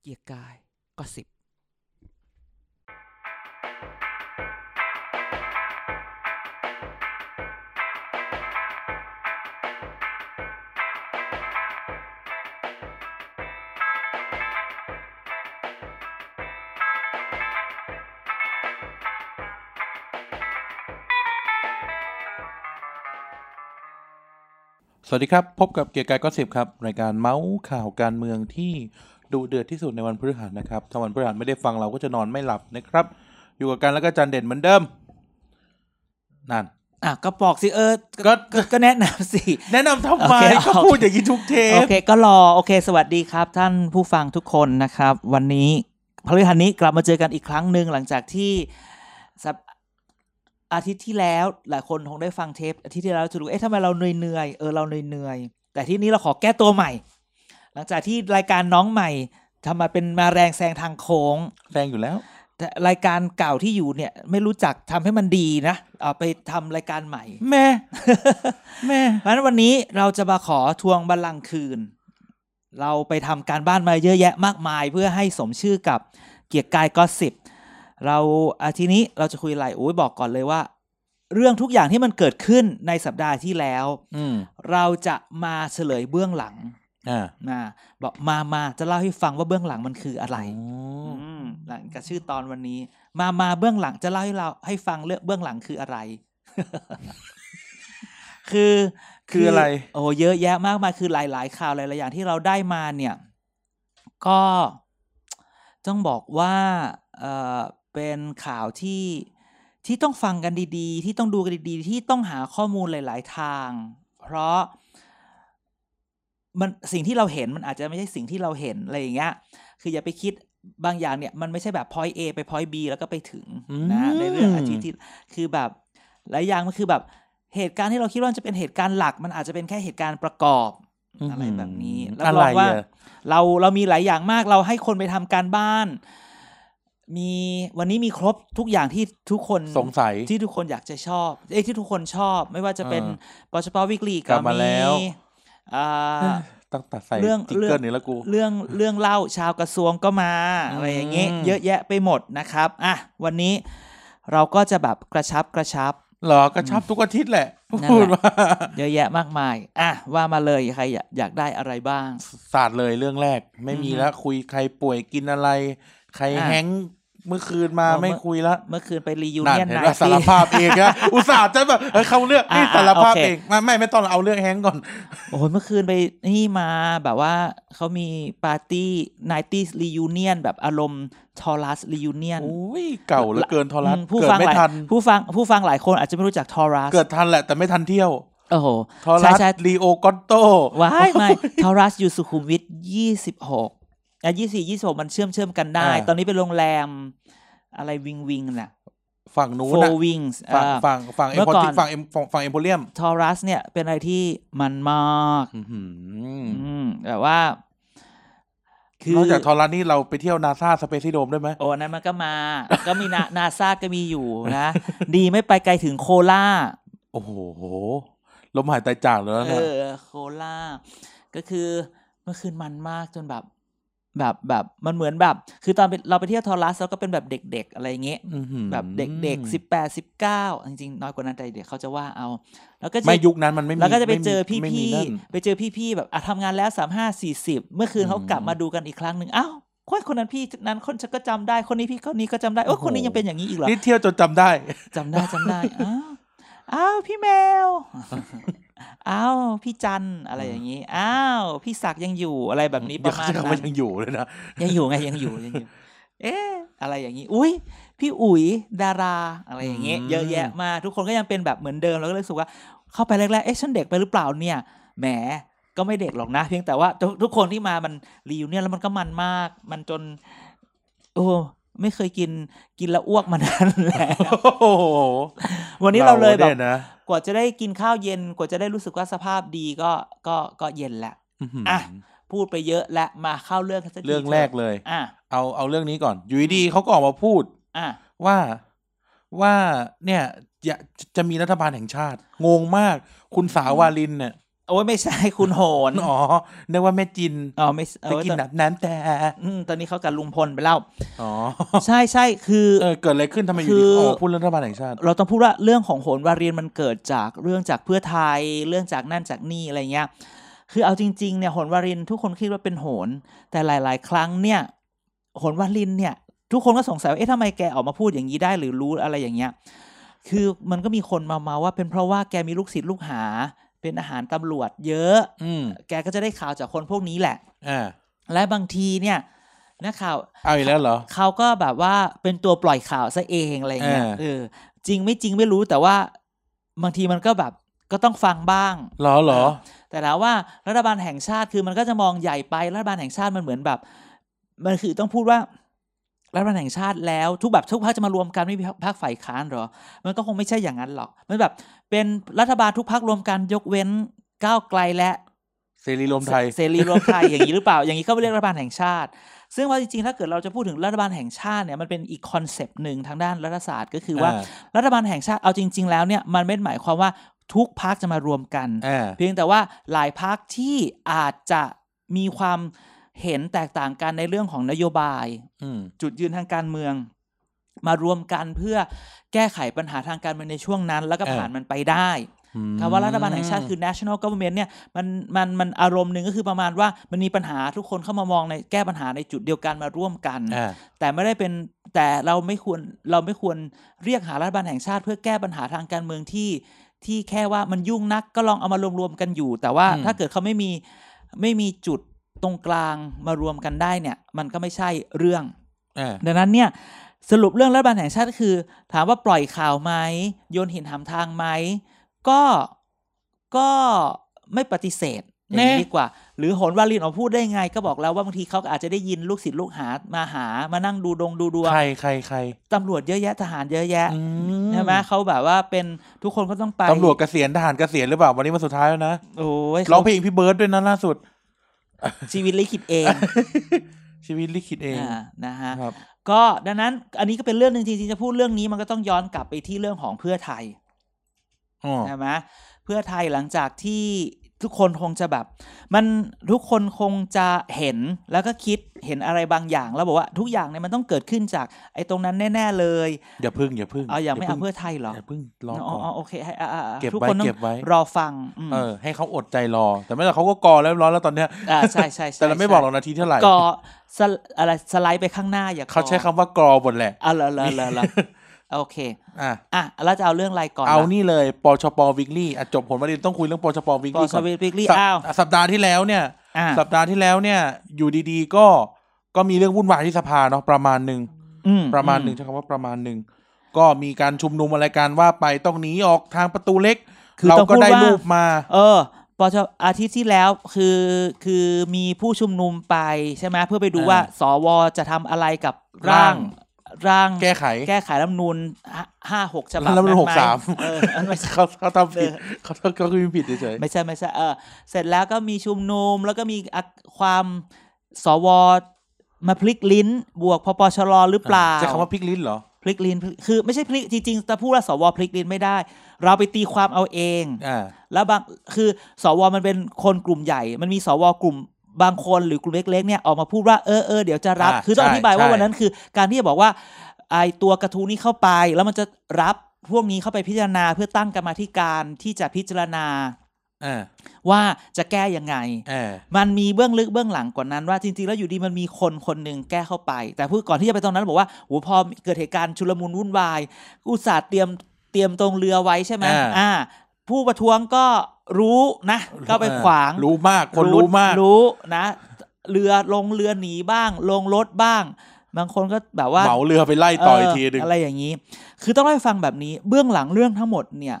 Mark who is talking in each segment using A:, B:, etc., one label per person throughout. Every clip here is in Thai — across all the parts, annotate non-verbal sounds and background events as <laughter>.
A: เกียร์กายก็สิบ
B: สวัสดีครับ พบกับเกียร์กายก็สิบครับ รายการเมาส์ข่าวการเมืองที่ดูเดือดที่สุดในวันพฤหัสนะครับ ถ้าวันพฤหัสไม่ได้ฟังเราก็จะนอนไม่หลับนะครับ อยู่กับกันแล้วก็จันเด่นเหมือนเดิม นั่น
A: อ่ะก็บอกสิเออ
B: ก็
A: ก็ก็แนะนำสิ
B: แนะนำทำไม
A: โอเคโอเค
B: ก็พูดอย่างนี้ทุกเท
A: โอ
B: ป
A: เคก็รอโอเค สวัสดีครับ ท่านผู้ฟังทุกคนนะครับ วันนี้พฤหัสนี้กลับมาเจอกันอีกครั้งหนึ่งหลังจากที่สัปอาทิตย์ที่แล้ว หลายคนคงได้ฟังเทปอาทิตย์ที่แล้วจะรู้เอ๊ะทำไมเราเหนื่อยๆเออเราเหนื่อยๆแต่ที่นี้เราขอแก้ตัวใหม่ หลังจากที่รายการน้องใหม่ทำมาเป็นมาแรงแซงทางโค้ง
B: แรงอยู่แล้ว
A: แต่รายการเก่าที่อยู่เนี่ยไม่รู้จักทำให้มันดีนะเอาไปทำรายการใหม่
B: แม่แม่
A: เพราะฉะนั้นวันนี้เราจะมาขอทวงบัลลังก์คืน เราไปทำการบ้านมาเยอะแยะมากมาย เพื่อให้สมชื่อกับเกียรติกายก็สิบเราอาทีนี้เราจะคุยอะไรโอ้ยบอกก่อนเลยว่า เรื่องทุกอย่างที่มันเกิดขึ้นในสัปดาห์ที่แล้ว
B: อืม
A: เราจะมาเฉลยเบื้องหลัง
B: อ่า
A: นะบอกมามาจะเล่าให้ฟังว่าเบื้องหลังมันคืออะไร
B: อืม
A: อืมหลังกับชื่อตอนวันนี้ มามาเบื้องหลังจะเล่าให้เราให้ฟังเรื่องเบื้องหลังคืออะไร <laughs> คือ
B: คืออะไร
A: โอ้เยอะแยะมากมายคือหลาย ๆ ข่าวหลายๆอย่างที่เราได้มาเนี่ย ก็ ต้องบอกว่าเออเป็นข่าวที่ที่ต้องฟังกันดีๆ ที่ต้องดูกันดีๆ ที่ต้องหาข้อมูลหลาย ๆ ทาง เพราะ มันสิ่งที่เราเห็นมันอาจจะไม่ใช่สิ่งที่เราเห็นอะไรอย่างเงี้ย คืออย่าไปคิดบางอย่างเนี่ยมันไม่ใช่แบบ point A ไป point B แล้วก็ไปถึงนะ
B: อืม
A: ในเรื่องอาชีพที่คือแบบหลายอย่างมันคือแบบเหตุการณ์ที่เราคิดว่ามันจะเป็นเหตุการณ์หลัก มันอาจจะเป็นแค่เหตุการณ์ประกอบอะไรแบบนี้แล้ว
B: อะ
A: บ
B: ไร
A: อกว่า
B: อ่ะ
A: เราเรามีหลายอย่างมากเราให้คนไปทำการบ้าน มีวันนี้มีครบทุกอย่างที่ทุกคน
B: สงสัย
A: ที่ทุกคนอยากจะชอบเอ้ยที่ทุกคนชอบ ไม่ว่าจะเป็น
B: เออ
A: ปชปวิกฤต
B: กลับมาแล้ว
A: อ่า
B: ต้องตัดใส่
A: เรื่อง
B: ติ๊ก
A: เรื่
B: เกอ
A: อง
B: ร์นี่ละกู
A: เรื่องเรื่องเล่าชาวกระทรวงก็มา
B: อืม
A: อะไรอย่างเงี้ยเยอะแยะไปหมดนะครับอ่ะวันนี้เราก็จะแบบกระชับกระชับ
B: เหรอกระชับทุกอาทิตย์แหละ
A: นั่นแหละ
B: พูดว่า
A: เยอะแยะมากมายอ่ะว่ามาเลยใครอยากอยากได้อะไรบ้าง
B: ศาสตร์เลยเรื่องแรก ไม่มี
A: อือฮึ
B: แล้วคุยใครป่วยกินอะไร ใคร
A: อ่ะ
B: แฮงก์เมื่อคืนมา
A: อ๋อเมื่อ
B: ไม่คุยละ
A: เมื่อคืนไปรียู
B: นั่น
A: เนียน
B: เห็น
A: ไน
B: ว่าสา
A: ตี้
B: รภาพเอง
A: <laughs>
B: นะ อุตส่าห์จะแบบเออเขาเลือกนี่
A: อ่ะอ่ะ
B: สารภาพ
A: โอเค
B: เองไม่ไม่ไม่ต้องเอาเรื่องแฮงก์ก่อน
A: โอ้โหเมื่อคืนไปนี่มาแบบว่าเขามีปาร์ตี้ไนตี้รียูเนียนแบบอารมณ์ทอรัสรียูเนียน
B: โอ้ยเก่าเหลือเกินทอรัส
A: ผู้
B: เกิด
A: ฟัง
B: ไม่
A: หลาย
B: ทัน
A: ผู้ฟังผู้ฟังหลายคนอาจจะไม่รู้จักทอรัส
B: เกิดทันแหละแต่ไม่ทันเที่ยว
A: โอ้โห
B: ทอรัส
A: ใช่ใช่
B: ลีโอกอนโต
A: ว้ายไม่ ทารัสอยู่สุขุมวิทยี่สิบหกอ่ะยี่สี่ยี่สิบหกมันเชื่อมเชื่อมกันได้
B: อ่า
A: ตอนนี้เป็นโรงแรม อะไรวิงวิงน่ะ
B: ฝั่งนู้
A: โฟ
B: นน่ะ
A: วิงส์
B: ฝั่งฝั่งฝั่งเอ็
A: เมื่อ
B: มพอ
A: ก่
B: ติ
A: อน
B: ฝั่งเอ็มฝั่งเอ็มโพเรียม
A: ทอรัสเนี่ยเป็นอะไรที่มันมาก อืมแบบว่า คือน
B: อกจากทอรัสนี่เราไปเที่ยวนาซาสเปซิโดมได้ไหม
A: โอ้อันนั้นมันก็มา ก็มีนานาซาก็มีอยู่นะ ดีไม่ไปไกลถึงโคล่า
B: โอ้โหลมหายใจจากเลยนะ
A: เอ
B: เนี่ย
A: อโคล่าก็คือเมื่อคืนมันมากจนแบบ แบบแบบมันเหมือนแบบ คือตอนไปเราไปเที่ยวทอรัสเราก็เป็นแบบเด็ก ๆ อะไรอย่างเงี้ย
B: อหือ
A: แบบเด็กๆสิบแปดสิบเก้าจริงๆน้อยกว่านั้นแต่เด็กเขาจะว่าเอา แล้วก็จะ
B: ไม่ยุคนั้นมันไม่มี
A: แล้วก็จะไปเจอ
B: ม่มี
A: พี่
B: นั่น
A: ๆไปเจอพี่ๆแบบอ่ะทำงานแล้วสามห้าสี่สิบเมื่อคืนเขา
B: อืม
A: กลับมาดูกันอีกครั้งหนึ่งอ้าวคนคนนั้นพี่นั้นคนฉันก็จำได้คนนี้พี่คนนี้ก็จำได้โอ้
B: โอ้โห
A: คนนี้ยังเป็นอย่างนี้อีกเหรอ
B: นี่เที่ยวจนจำได้
A: จำได้จำได้ อ้าวอ้าวพี่แมว <laughs> อ้าวพี่จันอะไรอย่างนี้ อ้าวพี่ศักดิ์ยังอยู่อะไรแบบนี้ป
B: <laughs> เดี๋ยว
A: ระ
B: เขา
A: มาณ
B: จะ
A: นั้
B: มัน
A: น
B: ยังอยู่เลยนะ
A: ยังอยู่ไงยังอยู่ยังอยู่ <laughs> เอ๊ะอะไรอย่างนี้ อุ้ยพี่อุ๋ยดาราอะไรอย่างเงี้ย
B: อืม
A: เยอะแยะมากทุกคนก็ยังเป็นแบบเหมือนเดิมแล้วก็เลยรู้สึกว่าเข้าไปแรกๆเอ๊ะฉันเด็กไปหรือเปล่าเนี่ยแหมก็ไม่เด็กหรอกนะ เพียงแต่ว่าทุกทุกคนที่มามันรีวิวเนี่ยแล้วมันก็มันมาก มันจน โอ้ไม่เคยกินกินแล้วอ้วกมานานแล้ว <laughs>
B: โอ้โห
A: วันนี้เราเลยแบบ
B: นี่นะ
A: กว่าจะได้กินข้าวเย็นกว่าจะได้รู้สึกว่าสภาพดีก็ก็ก็เย็นแหละ
B: อื้อหือ
A: อ่ะ พูดไปเยอะและมาเข้าเรื่องกันสักที
B: เรื่องแรก
A: ถะ
B: เลย
A: อ่ะ
B: เอาเอาเรื่องนี้ก่อน อยู่ดีๆเขาก็ออกมาพูด
A: อ่ะ
B: ว่าว่าเนี่ยจะจะมีรัฐบาลแห่งชาติ งงมาก คุณสาววาลินเนี่ย
A: โอ้ยไม่ใช่ คุณโห
B: <laughs>
A: น
B: อ๋อนึกว่าแม่จิน
A: อ๋อไม่ใช่
B: ไป
A: เออ
B: กิน
A: ตอน
B: แบบน้ำแต่
A: อืมตอนนี้เขากับลุงพลไปแล้ว
B: อ๋อ
A: ใช่ใช่คือ
B: เออเกิดอะไรขึ้นทำไมอยู่
A: คื
B: ดี
A: อ
B: โอ้พูดเรื่องรัฐบาลแห่งชาติ
A: เราต้องพูดว่าเรื่องของโหนวาเรียนมันเกิดจากเรื่องจากเพื่อไทยเรื่องจากนั่นจากนี่อะไรเงี้ย คือเอาจริงๆเนี่ยโหนวารินทุกคนคิดว่าเป็นโหน แต่หลาย ๆ ครั้งเนี่ยโหนวารินเนี่ย ทุกคนก็สงสัยว่าเอ๊ะทำไมแกออกมาพูดอย่างนี้ได้หรือรู้อะไรอย่างเงี้ย คือมันก็มีคนมาเมาว่าเป็นเพราะว่าแกมีลูกศิษย์ลูกหา เป็นอาหารตำรวจเยอะ
B: อืม
A: แกก็จะได้ข่าวจากคนพวกนี้แหละ
B: อ่า
A: และบางทีเนี่ยนักข่าว
B: เอาอีกแล้วเหรอ
A: เขาก็แบบว่าเป็นตัวปล่อยข่าวซะเองอะไรเงี้ย
B: เออ
A: เออจริงไม่จริงไม่รู้แต่ว่าบางทีมันก็แบบก็ต้องฟังบ้าง
B: เหรอเหรอ
A: แต่แล้วว่ารัฐบาลแห่งชาติคือมันก็จะมองใหญ่ไปรัฐบาลแห่งชาติมันเหมือนแบบ มันคือต้องพูดว่ารัฐบาลแห่งชาติแล้วทุกแบบทุกพรรคจะมารวมกันไม่มีพรรคฝ่ายค้านเหรอ มันก็คงไม่ใช่อย่างนั้นหรอกมันแบบเป็นรัฐบาลทุกพรรครวมกันยกเว้นก้าวไกลและ
B: เสรีรวมไทย
A: เสรีรวม
B: <laughs>
A: ไทย อย่างนี้หรือเปล่า อย่างนี้ก็ไม่เรียกรัฐบาลแห่งชาติ ซึ่งว่าจริงๆ ถ้าเกิดเราจะพูดถึงรัฐบาลแห่งชาติเนี่ย มันเป็นอีกคอนเซปต์หนึ่งทางด้านรัฐศาสตร์ก็คือว่า
B: อ่า
A: รัฐบาลแห่งชาติ เอาจริง ๆ แล้วเนี่ย มันไม่ได้หมายความว่าทุกพักจะมารวมกัน
B: อ่า
A: เพียงแต่ว่าหลายพักที่อาจจะมีความเห็นแตกต่างกันในเรื่องของนโยบาย
B: อืม
A: จุดยืนทางการเมือง มารวมกันเพื่อแก้ไขปัญหาทางการเมืองในช่วงนั้น แล้วก็ผ่านมันไปได้
B: อืม
A: คำว่ารัฐบาลแห่งชาติคือ national government เนี่ยมันมันมันอารมณ์หนึ่งก็คือประมาณว่ามันมีปัญหาทุกคนเข้ามามองในแก้ปัญหาในจุดเดียวกันมาร่วมกัน
B: อ่า
A: แต่ไม่ได้เป็นแต่เราไม่ควรเราไม่ควรเรียกหารัฐบาลแห่งชาติ เพื่อแก้ปัญหาทางการเมืองที่ที่แค่ว่ามันยุ่งนักก็ลองเอามารวมๆกันอยู่ แต่ว่าถ้าเกิดเขาไม่มีไม่มีจุดตรงกลางมารวมกันได้เนี่ยมันก็ไม่ใช่เรื่อง
B: อ่า
A: ดังนั้นเนี่ยสรุปเรื่องรัฐบาลแห่งชาติก็คือ ถามว่าปล่อยข่าวไหมโยนหินหามทางไหมก็ก็ไม่ปฏิเสธอย่างนี้ดีกว่า หรือโหนวาลินออกมาพูดได้ไง ก็บอกแล้วว่าบางทีเขาก็อาจจะได้ยินลูกศิษย์ลูกหามาหามานั่งดูดงดูดวง
B: ใครใครใคร
A: ตำรวจเยอะแยะทหารเยอะแยะ
B: อื
A: ใช่ไหมเขาแบบว่าเป็นทุกคนก็ต้องไป
B: ตำรวจเกษียณทหารเกษียณหรือเปล่าวันนี้วันสุดท้ายแล้วนะ
A: โอ้ย
B: ร้อง
A: เขา
B: เพลงพี่เบิร์ดด้วยนะล่าสุด
A: ชีวิตลิขิตเอง
B: ชีวิตลิขิตเอง
A: อ่านะฮะ
B: ครับ
A: ก็ดังนั้นอันนี้ก็เป็นเรื่องหนึ่งจริงๆจะพูดเรื่องนี้มันก็ต้องย้อนกลับไปที่เรื่องของเพื่อไทย
B: อ๋อ
A: ใช่ไหมเพื่อไทยหลังจากที่ทุกคนคงจะแบบ มันทุกคนคงจะเห็นแล้วก็คิดเห็นอะไรบางอย่าง แล้วบอกว่าทุกอย่างเนี่ยมันต้องเกิดขึ้นจากไอ้ตรงนั้นแน่ ๆ เลย
B: อย่าพึ่งอย่าพึ่ง
A: เอาอย่างไม่เอา
B: พึ่
A: เพื่อไทยเหรอ
B: อย่าพึ่งรอ
A: อ๋
B: ก่
A: อ
B: อน
A: อ๋อโอเคให้อ่ะอ่ะอ่ะ
B: เก็บไว้
A: ทุกคนต้อ
B: เก็
A: ง
B: บไว้
A: รอฟังอืม
B: เออให้เขาอดใจรอ แต่ไม่แต่เขาก็กอแล้วเรียบร้อยแล้วตอนเนี้ย
A: ่าใช่ใช่ใช่
B: แต่เราไม่บอกหรอกนาทีเท่าไหร่
A: ก่อสไลอะไรสไลด์ไปข้างหน้าอย่าก่อ
B: เขาใช้คำว่ากรอหมดแหละ
A: อ่ะเหรอเหรอเหรอเหรอโอเค
B: อ่ะ
A: อ่ะแล้วจะเอาเรื่องอะไรก่อน
B: เอา
A: ล่ะ
B: นี่เลยปชปวิกลี่ะจบผลประเด็นต้องคุยเรื่องปชปวิก
A: ก่อ
B: ลี่
A: นส
B: ก่อน
A: วิตบิกลี่
B: สัป
A: อ้าว
B: สัปดาห์ที่แล้วเนี่ย
A: อ่ะ
B: สัปดาห์ที่แล้วเนี่ย อยู่ดีๆ ก็ก็มีเรื่องวุ่นวายที่สภาเนาะประมาณหนึ่ง
A: อื
B: ประมาณหนึ่งใช้คำว่าประมาณหนึ่งก็มีการชุมนุมอะไรกันว่าไปต้องหนีออกทางประตูเล็ก
A: คือ
B: เรา
A: ต้อง
B: ก็
A: พูด
B: ได้
A: ว่า
B: รูปมา
A: เออปชอาทิตย์ที่แล้วคือคือมีผู้ชุมนุมไปใช่ไหมเพื่อไปดู
B: เออ
A: ว่า สวจะทำอะไรกับ
B: ร่า
A: ร่าง ง ร่าง
B: แก้ไข
A: แก้ไขรัฐธรรมนูญห้าหกฉบับ
B: รัฐธรรมนูญ
A: นั้นไ
B: หกสาม
A: เออ <laughs> อันไม่ใช่
B: เขาเขาทำผิด
A: เออ
B: เขาเขาคือผิดเฉย
A: ไม่ใช่ไม่ใช่เออเสร็จแล้วก็มีชุมนุมแล้วก็มีอ่ะความสวมาพลิกลิ้น บวกพปชรหรือเปล่า
B: ๆใช้คำว่าพลิกลิ้นเหรอ
A: พลิกลิ้นพลิกคือไม่ใช่พลิกจริงๆจะพูดว่าสวพลิกลิ้นไม่ได้ เราไปตีความเอาเอง
B: อ่า
A: แล้วบางคือสวมันเป็นคนกลุ่มใหญ่ มันมีสวกลุ่มบางคนหรือกลุ่มเล็กๆเนี่ยออกมาพูดว่าเออเออเดี๋ยวจะรับ
B: อ่า
A: คือต้อง
B: ใช่
A: อธิบายว่า
B: ใช่
A: วันนั้นคือการที่จะบอกว่าไอตัวกระทู้นี้เข้าไป แล้วมันจะรับพวกนี้เข้าไปพิจารณาเพื่อตั้งกรรมาธิการที่จะพิจารณา
B: อ่า
A: ว่าจะแก้ยังไง
B: อ่า
A: มันมีเบื้องลึกเบื้องหลังกว่านั้นว่าจริงๆแล้วอยู่ดีมันมีคนคนหนึ่งแก้เข้าไป แต่พูดก่อนที่จะไปตรงนั้นบอกว่าโหพอเกิดเหตุการณ์ชุลมุนวุ่นวายอุตส่าห์เตรียมเตรียมตรงเรือไว้ใช่ไหมอ่า ผู้ประท้วงก็รู้นะก็ไปขวาง
B: รู้มากคนรู้มาก
A: รู้นะ เรือลงเรือหนีบ้าง ลงรถบ้าง บางคนก็แบบว่า
B: เหมาเรือไปไล่ต่อย
A: เ
B: ทีหนึ่ง
A: อะไรอย่างนี้ คือต้องเล่าให้ฟังแบบนี้ เบื้องหลังเรื่องทั้งหมดเนี่ย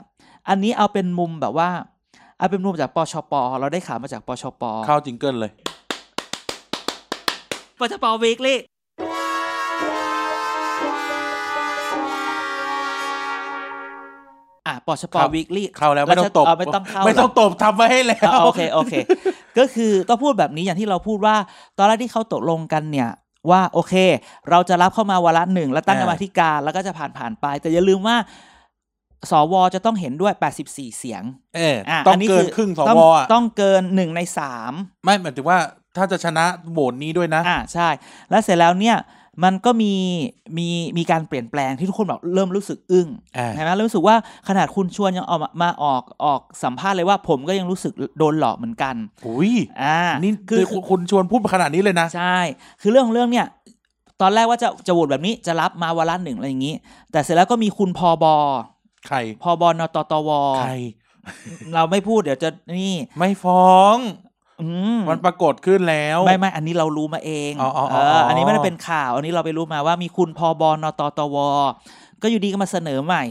A: อันนี้เอาเป็นมุมแบบว่า เอาเป็นมุมจากปชป เราได้ข่าวมาจากปชป
B: เข้าจิงเกิลเลย
A: ปชปวีคลี่อ่ะปชป
B: ครับ
A: วีคลี่
B: เข้าแล้วไม่ต้องตบ
A: เราจะเอาไม่ต้องเข้า
B: ไม่ต้องตบทำไว้ให้แล้ว
A: อ่ะโอเค โอเค <laughs> ก็คือต้องพูดแบบนี้อย่างที่เราพูดว่า ตอนแรกที่เขาตกลงกันเนี่ย ว่าโอเค เราจะรับเข้ามาวาระหนึ่งแล้วตั้ง
B: อ่าก
A: รรมาธิการแล้วก็จะผ่านผ่านๆไป แต่อย่าลืมว่า สวจะต้องเห็นด้วย 84 เสียง
B: เออ
A: อ่ะ
B: ต้อง
A: นี้
B: เกินครึ่งส
A: ต้
B: วอ่ะ
A: ต้องเกินหนึ่งในสาม
B: ไม่หมายถึงว่าถ้าจะชนะโหวตนี้ด้วยนะ
A: อ่าใช่ แล้วเสร็จแล้วเนี่ยมันก็มีมีมีการเปลี่ยนแปลงที่ทุกคนแบบเริ่มรู้สึกอึ้ง
B: อ่า
A: ใช่ไหมแล้วรู้สึกว่าขนาดคุณชวนยังออกมามาออกออกสัมภาษณ์เลยว่าผมก็ยังรู้สึกโดนหลอกเหมือนกัน
B: อุ้ย
A: อ่า
B: นี่
A: คื
B: คือ อคุณชวนพูดมาขนาดนี้เลยนะ
A: ใช่ คือเรื่องของเรื่องเนี่ย ตอนแรกว่าจะจะโหวตแบบนี้จะรับมาวาระหนึ่งอะไรอย่างนี้ แต่เสร็จแล้วก็มีคุณพอบอ
B: ใคร
A: พอบอนตตว
B: ใคร
A: เราไม่พูดเดี๋ยวจะนี่
B: ไม่ฟ้อง
A: อืม
B: มันปรากฏขึ้นแล้ว
A: ไม่ไม่อันนี้เรารู้มาเอง
B: อ๋ออ๋อ
A: เอ
B: อ๋อ
A: อ
B: อ๋ออั
A: อันนี้ไม่ได้เป็นข่าว อันนี้เราไปรู้มาว่ามีคุณพอบอนตตว ก็อยู่ดีก็มาเสนอใหม่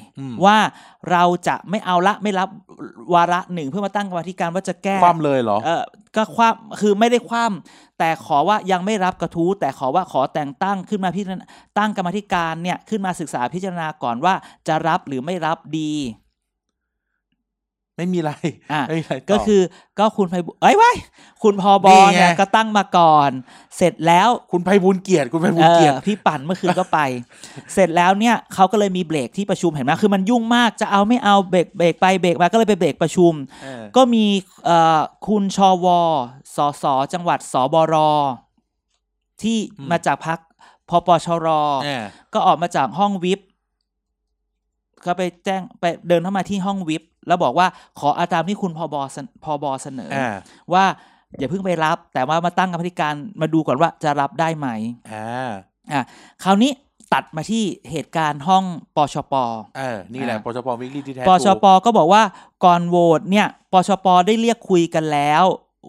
A: ว่าเราจะไม่เอาละไม่รับวาระหนึ่งเพื่อมาตั้งกรรมาธิการว่าจะแก้
B: ความเลยเหรอ
A: เออก็ความคือไม่ได้ความแต่ขอว่ายังไม่รับกระทู้แต่ขอว่าขอแต่งตั้งขึ้นมาพิจารณาตั้งกรรมาธิการเนี่ยขึ้นมาศึกษาพิจารณาก่อนว่าจะรับหรือไม่รับดี
B: ไม่มีอะไร
A: อ่ะ
B: ไม่มีะไรต่
A: ก็คือก็คุณไพบุญเอ้ยไว้ยคุณพอบ
B: นี่
A: อ
B: ไง
A: เนี่ยก็ตั้งมาก่อน เสร็จแล้ว
B: คุณไพบุญเกียรติคุณไพบุ
A: เอ
B: ญเกียร
A: อ
B: ติ
A: พี่ปั่นเมื่อคืนก็ไป เสร็จแล้วเนี่ยเขาก็เลยมีเบรกที่ประชุมเห็นไหมคือมันยุ่งมากจะเอาไม่เอาเบรกเบรกไปเบรกมาก็เลยไปเบรกประชุม
B: เออ
A: ก็มีเอ่อคุณชอวอสอสอจังหวัดสบร ที่มาจากพักพปชร
B: เออ
A: ก็ออกมาจากห้องวิปก็ไปแจ้งไปเดินเข้ามาที่ห้องวิปแล้วบอกว่าขอเอาตามที่คุณพอบอเสนพอบอเสนอ
B: อ่า
A: ว่าอย่าเพิ่งไปรับ แต่ว่ามาตั้งกรรมธิการมาดูก่อนว่าจะรับได้ไหม
B: อ่า
A: อ่ะคราวนี้ตัดมาที่เหตุการณ์ห้องปชป
B: เออนี่แหละ
A: อ่า
B: ปชปวิกฤตที่แท้
A: ปช
B: ถูก
A: ปก็บอกว่าก่อนโหวตเนี่ยปชปได้เรียกคุยกันแล้ว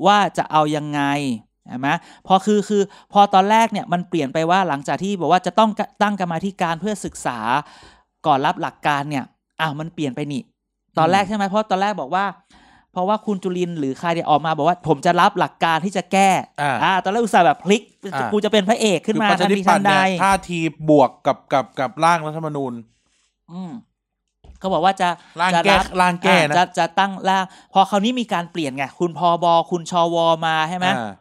A: ว่าจะเอายังไงใช่ไหมพอคือคือพอตอนแรกเนี่ยมันเปลี่ยนไปว่าหลังจากที่บอกว่าจะต้องตั้งกรรมาธิการเพื่อศึกษาก่อนรับหลักการเนี่ยอ้าวมันเปลี่ยนไปนี่ ตอนแรกใช่ไหมเพราะตอนแรกบอกว่า เพราะว่าคุณจุลินทร์หรือใครเนี่ยออกมาบอกว่า ผมจะรับหลักการที่จะแก้
B: อ่า
A: ตอนแรกอุตส่าห์แบบพลิก
B: อ่ากู
A: กูจะเป็นพระเอกขึ้นมา
B: คือประชา
A: ทัน
B: ธิ
A: ที
B: ปั
A: ทั
B: ต
A: น
B: ย์
A: ใด
B: เนี่ยท่าทีบวกกับกับกับร่างรัฐธรรมนูญ
A: อืมก็บอกว่าจะ
B: ร่าง
A: จะ
B: แก้
A: รับ
B: ร่างแก้
A: อ่
B: นะ
A: จะจะตั้งร่าง พอคราวนี้มีการเปลี่ยนไง คุณพอบอคุณชอวอมาใช่ไหม
B: อ่า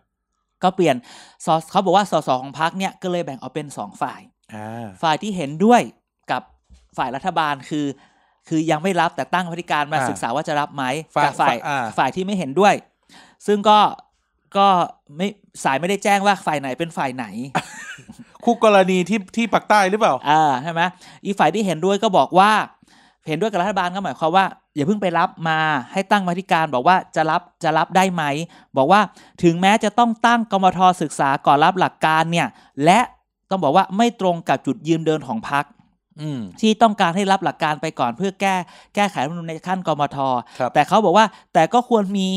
A: ก็เปลี่ยนสอเขาบอกว่าสสของพักเนี่ยก็เลยแบ่งออกเป็นสองฝ่าย
B: อ่า
A: ฝ่ายที่เห็นด้วยกับฝ่ายรัฐบาลคือ คือยังไม่รับแต่ตั้งคณะกรรมธิการมา
B: า
A: ศึกษาว่าจะรับไหม
B: ฝ่าย
A: กับฝ่าย
B: อ่า
A: ฝ่ายที่ไม่เห็นด้วย ซึ่งก็ก็ไม่สายไม่ได้แจ้งว่าฝ่ายไหนเป็นฝ่ายไหน
B: คู่กรณีที่ที่ปักใต้หรือเปล่า
A: อ่าใช่ไหมอีกฝ่ายที่เห็นด้วยก็บอกว่า เห็นด้วยกับรัฐบาลก็หมายความว่า อย่าเพิ่งไปรับมาให้ตั้งมาธิการบอกว่าจะรับจะรับได้ไหม บอกว่าถึงแม้จะต้องตั้งกมทศึกษาก่อนรับหลักการเนี่ย และต้องบอกว่าไม่ตรงกับจุดยืนเดินของพรรค
B: อืม
A: ที่ต้องการให้รับหลักการไปก่อนเพื่อแก้แก้ไขรัฐธรรมนูญในขั้นกมท
B: ครับ
A: แต่เขาบอกว่าแต่ก็ควรมี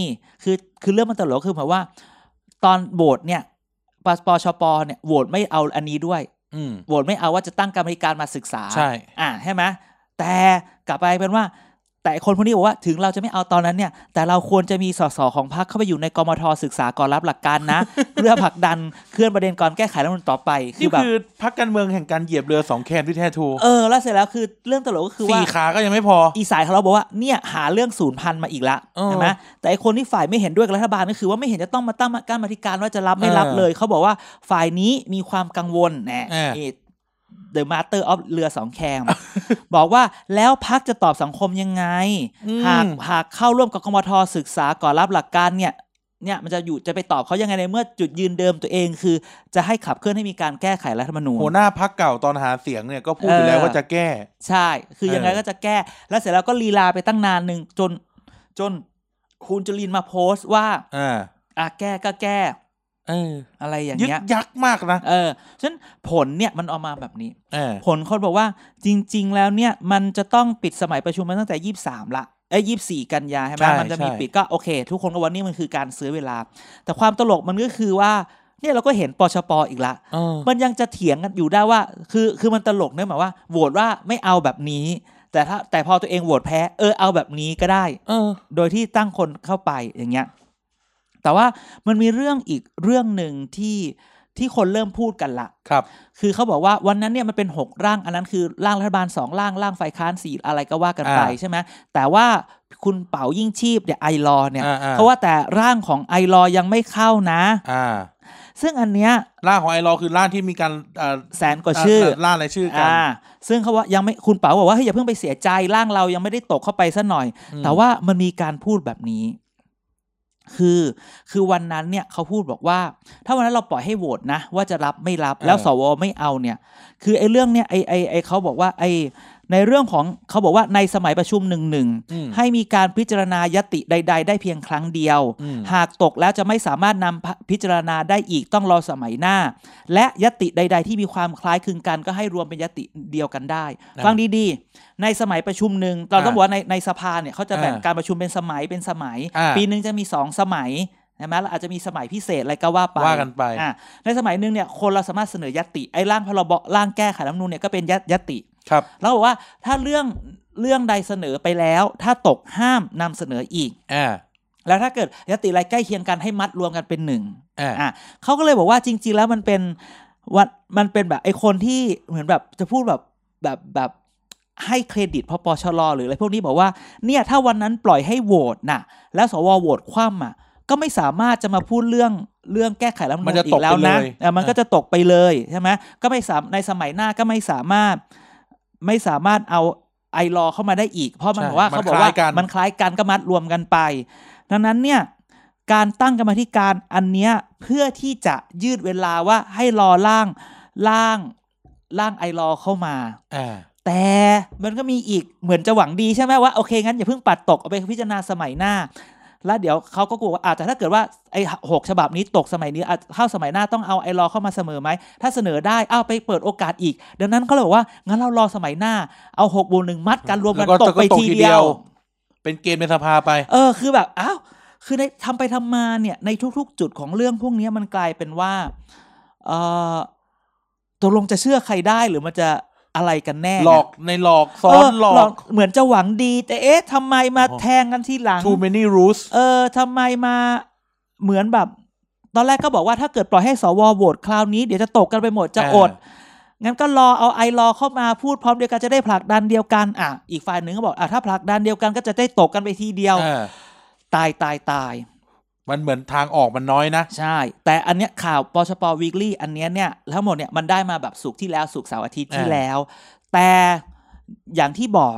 A: คือคือเรื่องมันตลกคือหมายว่า ตอนโหวตเนี่ยปปชปเนี่ยโหวตไม่เอาอันนี้ด้วย
B: อืม
A: โหวตไม่เอาว่าจะตั้งกรรมาธิการมาศึกษา
B: ใช่
A: อ่าใช่ไหมแต่กลับไปเป็นว่า แต่คนพวกนี้บอกว่าถึงเราจะไม่เอาตอนนั้นเนี่ย แต่เราควรจะมีสสของพรรคเข้าไปอยู่ในกมทศึกษาก่อนรับหลักการ
B: <laughs>
A: นะ เพื่อผลักดันเคลื่อนประเด็นก่อนแก้ไขรัฐธรรมนูญต่อไปคื
B: นี่
A: อแบบ
B: คือพักการเมืองแห่งการเหยียบเรือสองแคนที่แท้ทรู
A: เออแล้วเสร็จแล้วคือเรื่องตลกก็คือว่า
B: สี่ขาก็ยังไม่พอ
A: อีสายของเราบอกว่าเนี่ยหาเรื่องศูนย์พันมาอีกละ
B: เออ
A: ใช่ไหมแต่ไอคนที่ฝ่ายไม่เห็นด้วยกับรัฐบาลก็คือว่าไม่เห็นจะต้องมาตั้งกรรมาธิการว่าจะรับไม่รับ
B: เออ
A: เลย เขาบอกว่าฝ่ายนี้มีความกังวลแน่
B: เออ
A: นี่ The Master of เรือสองแคม <laughs> บอกว่าแล้วพักจะตอบสังคมยังไง
B: อืม
A: หากหากเข้าร่วมกับกมทศึกษาก่อนรับหลักการเนี่ย เนี่ยมันจะอยู่จะไปตอบเขายังไงในเมื่อจุดยืนเดิมตัวเองคือ จะให้ขับเคลื่อนให้มีการแก้ไขรัฐธรรมนูญ
B: หัวหน้าพักเก่าตอนหาเสียงเนี่ยก็พูดอยู่แล้วว่าจะแก้
A: ใช่ คือยังไง
B: เออ
A: ก็จะแก้ แล้วเสร็จแล้วก็ลีลาไปตั้งนานหนึ่งจนจนคุณจุลินมาโพสต์ว่า
B: อ่า
A: อ่ะแก้ก็แก้
B: เออ
A: อะไรอย่าง
B: ยึก
A: เงี้ย
B: ยักมากนะ
A: เออฉะนั้นผลเนี่ยมันออกมาแบบนี้
B: เออ
A: ผลคนบอกว่าจริง ๆ แล้วเนี่ยมันจะต้องปิดสมัยประชุมมาตั้งแต่ยี่สามละเอ้ยี่สี่กันยาใช่ไหมมันจะมีปิดก็โอเค ทุกคนก็วันนี้มันคือการซื้อเวลา แต่ความตลกมันก็คือว่าเนี่ยเราก็เห็นปชปอีกละ
B: เออ
A: <laughs> มันยังจะเถียงกันอยู่ได้ว่าคือคือมันตลกเนี่ยหมายว่าโหวตว่าไม่เอาแบบนี้ แต่ถ้าแต่พอตัวเองโหวตแพ้เออเอาแบบนี้ก็ได้
B: เออ
A: โดยที่ตั้งคนเข้าไปอย่างเงี้ย แต่ว่ามันมีเรื่องอีกเรื่องหนึ่งที่ที่คนเริ่มพูดกันละ
B: ครับ
A: คือเขาบอกว่าวันนั้นเนี่ยมันเป็น 6 ร่าง อันนั้นคือร่างรัฐบาล 2 ร่าง ร่างฝ่ายค้านสี่อะไรก็ว่ากันไป
B: อ่า
A: ใช่ไหมแต่ว่าคุณเป๋ายิ่งชีพเนี่ยไอรอเนี่ย
B: อ่าๆ
A: เขาว่าแต่ร่างของไอรอยังไม่เข้านะ
B: อ่า
A: ซึ่งอันเนี้ย
B: ล่าของไอรอว์คือล่าที่มีการเอ่อ
A: แสนกว่าชื่อ
B: ล่ารายชื่อกัน
A: อ่าซึ่งเขาว่ายังไม่คุณเป๋าบอกว่าเฮ้ยอย่าเพิ่งไปเสียใจร่างเรายังไม่ได้ตกเข้าไปซะหน่อย
B: อืม
A: แต่ว่ามันมีการพูดแบบนี้ คือคือวันนั้นเนี่ยเขาพูดบอกว่า ถ้าวันนั้นเราปล่อยให้โหวตนะ ว่าจะรับไม่รับแล้วสวไม่เอาเนี่ย คือไอ้เรื่องเนี่ยไอ้ไอ้ไอ้เขาบอกว่าไอ้ในเรื่องของเขาบอกว่าในสมัยประชุมหนึ่งหนึ่ง
B: อืม
A: ให้มีการพิจารณายติใด ๆ ได้เพียงครั้งเดียว
B: อืม
A: หากตกแล้วจะไม่สามารถนำพิจารณาได้อีกต้องรอสมัยหน้า และยติใด ๆ ที่มีความคล้ายคลึงกันก็ให้รวมเป็นยติเดียวกันได้
B: อ่า
A: ฟังดีๆ ในสมัยประชุมหนึ่งเรา
B: อ่า
A: ต้องบอกว่าในในสภาเนี่ยเขาจะแบ่ง
B: อ่า
A: การประชุมเป็นสมัยเป็นสมัย
B: อ่า
A: ปีหนึ่งจะมีสองสมัยใช่ไหมแล้วอาจจะมีสมัยพิเศษอะไรก็ว่าไป
B: ว่ากันไป
A: อ่าในสมัยหนึ่งเนี่ยคนเราสามารถเสนอยติไอ้ร่างพรบร่างแก้ไขรัฐธรรมนูญเนี่ยก็เป็นยยติ
B: ครับ
A: แล้วบอกว่าถ้าเรื่องเรื่องใดเสนอไปแล้ว ถ้าตกห้ามนำเสนออีก
B: อ่า
A: แล้วถ้าเกิดยติอะไรใกล้เคียงกันให้มัดรวมกันเป็นหนึ่ง
B: อ่า
A: อ่ะเขาก็เลยบอกว่าจริง ๆ แล้วมันเป็นวัดมันเป็นแบบไอ้คนที่เหมือนแบบจะพูดแบบแบบแบบให้เครดิตพปชรหรืออะไรพวกนี้บอกว่าเนี่ยถ้าวันนั้นปล่อยให้โหวตน่ะ แล้วสวโหวตคว่ำอ่ะก็ไม่สามารถจะมาพูดเรื่องเรื่องแก้ไขรัฐธรรม
B: มัน
A: นู
B: จะ
A: ญอีกแล้วนะ
B: ตกไปเลย
A: เออมันก็จะตกไปเลยใช่ไหมก็ไม่สามในสมัยหน้าก็ไม่สามารถไม่สามารถเอาไอรอเข้ามาได้อีก เพราะมัน
B: ใช่
A: บอกว่า
B: มัน
A: เขาบอกว่า
B: คล้ายกัน
A: มันคล้ายกันก็มัดรวมกันไป ดังนั้นเนี่ยการตั้งกรรมาธิการอันเนี้ยเพื่อที่จะยืดเวลาว่าให้รอร่างร่างร่างไอรอเข้ามา
B: อ่า
A: แต่มันก็มีอีกเหมือนจะหวังดีใช่ไหมว่าโอเคงั้นอย่าเพิ่งปัดตกเอาไปพิจารณาสมัยหน้า แล้วเดี๋ยวเขาก็กลัวว่าอาจจะถ้าเกิดว่าไอ้หกฉบับนี้ตกสมัยนี้อาจเข้าสมัยหน้าต้องเอาไอรอว์เข้ามาเสมอไหมถ้าเสนอได้เอาไปเปิดโอกาสอีก ดังนั้นเขาเลยบอกว่างั้นเรารอสมัยหน้าเอาหกบวกหนึ่งมัดกันรวมกัน
B: แล้วก็
A: ตกไป
B: ตก
A: ที
B: ทีเดี
A: เดี
B: ย
A: ยว ว
B: เป็นเกมในสภาไป
A: เออคือแบบอ้าวคือในทำไปทำมาเนี่ยในทุก ๆ จุดของเรื่องพวกเนี้ยมันกลายเป็นว่าเออตกลงจะเชื่อใครได้หรือมันจะอะไรกันแน่เนี่ย
B: หลอกในหลอก
A: เ
B: ซ้อนหลอก
A: เหมือนจะหวังดี แต่เอ๊ะทำไมมา
B: โอ้โห
A: แทงกันทีหลัง
B: too many rules
A: เออทำไมมาเหมือนแบบ ตอนแรกก็บอกว่าถ้าเกิดปล่อยให้สวโหวตคราวนี้เดี๋ยวจะตกกันไปหมดจะ
B: อ่า
A: อด งั้นก็รอเอาไอรอเข้ามาพูดพร้อมเดียวกันจะได้ผลักดันเดียวกันอ่ะอีกฝ่ายหนึ่งก็บอกอ่ะถ้าผลักดันเดียวกันก็จะได้ตกกันไปทีเดียว
B: อ่า
A: ตายตายตาย
B: มันเหมือนทางออกมันน้อยนะ
A: ใช่ แต่อันเนี้ยข่าวปชปวีคลี่อันเนี้ยเนี่ยทั้งหมดเนี่ยมันได้มาแบบสุกร์ที่แล้วสุกร์เสาร์อาทิตย์ที่
B: อ่า
A: แล้ว แต่อย่างที่บอก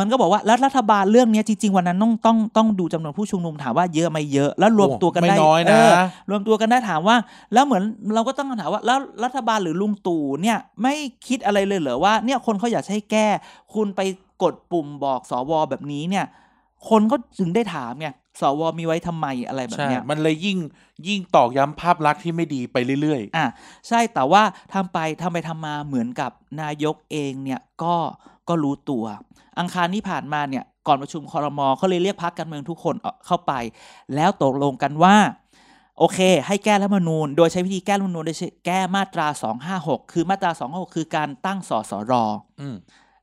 A: มันก็บอกว่าแล้วรัฐบาลเรื่องเนี้ยจริง ๆ วันนั้นต้องต้องต้องดูจำนวนผู้ชุมนุมถามว่าเยอะไหมเยอะ แล้วรวมตัวกันได้
B: ไม่น้อย
A: เ
B: นะ
A: รวมตัวกันได้ถามว่า แล้วเหมือนเราก็ตั้งคำถามว่าแล้วรัฐบาลหรือลุงตู่เนี่ยไม่คิดอะไรเลยเหรอว่าเนี่ยคนเขาอยากจะให้แก้ คุณไปกดปุ่มบอกสวแบบนี้เนี่ย คนก็ถึงได้ถามไงสวมีไว้ทำไมอะไรแบบ
B: ใช่
A: เนี้ย
B: มันเลยยิ่งยิ่งตอกย้ำภาพลักษณ์ที่ไม่ดีไปเรื่อย
A: อ่ะใช่แต่ว่าทำไปทำไปทำมาเหมือนกับนายกเองเนี่ยก็ก็รู้ตัว อังคารที่ผ่านมาเนี่ยก่อนประชุมคอรมอเขาเลยเรียกพักการเมืองทุกคนเอาเข้าไป แล้วตกลงกันว่า โอเค ให้แก้รัฐธรรมนูญ โดยใช้วิธีแก้รัฐธรรมนูญโดยใช้แก้มาตรา 256 คือมาตรา 256 คือการตั้งสสร
B: ๆ อืม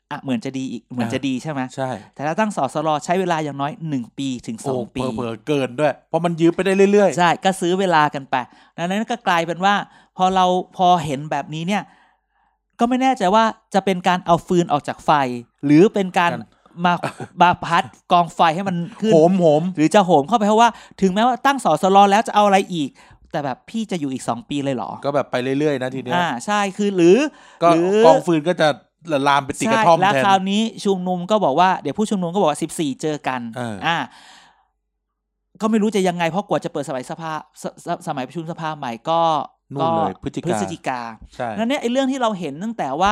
A: อ่ะเหมือนจะดีอีกเหมือนจะดีใช่ไหม
B: ใช่
A: แต่ถ้าตั้งสสรใช้เวลาอย่างน้อย 1 ปีถึง
B: โอ้
A: 2 ปี
B: เผลอๆเกินด้วย เพราะมันยื้อไปได้เรื่อย
A: ใช่ก็ซื้อเวลากันไปดังนั้นก็กลายเป็นว่า พอเราพอเห็นแบบนี้เนี่ย ก็ไม่แน่ใจว่าจะเป็นการเอาฟืนออกจากไฟ หรือเป็นการ
B: กัน
A: มามาพัดกองไฟให้มันขึ้
B: ๆ
A: น
B: โหมโหม
A: หรือจะโหมเข้าไปเพราะว่า ถึงแม้ว่าตั้งสอสลอแล้วจะเอาอะไรอีก แต่แบบพี่จะอยู่อีกสองปีเลยเหรอ
B: ก็แบบไปเรื่อยๆนะทีเนี้ย
A: อ่าใช่คือหรือ
B: ก็
A: หรื
B: กองฟืนก็จะละลามไปติดกระท่อม
A: ใช่แล้ว
B: แทน
A: คราวนี้ชุมนุมก็บอกว่าเดี๋ยวผู้ชุมนุมก็บอกว่า 14 เจอกัน
B: เอออ่
A: อ่า ก็ไม่รู้จะยังไงเพราะกว่าจะเปิดสมัยสภาสสสมัยประชุมสภาใหม่ก็
B: นู่
A: ก็
B: นเลยพฤศจิ
A: พฤ
B: กา
A: ศจิกา
B: ใช่
A: นั้นเนี่ยไอ้เรื่องที่เราเห็นตั้งแต่ว่า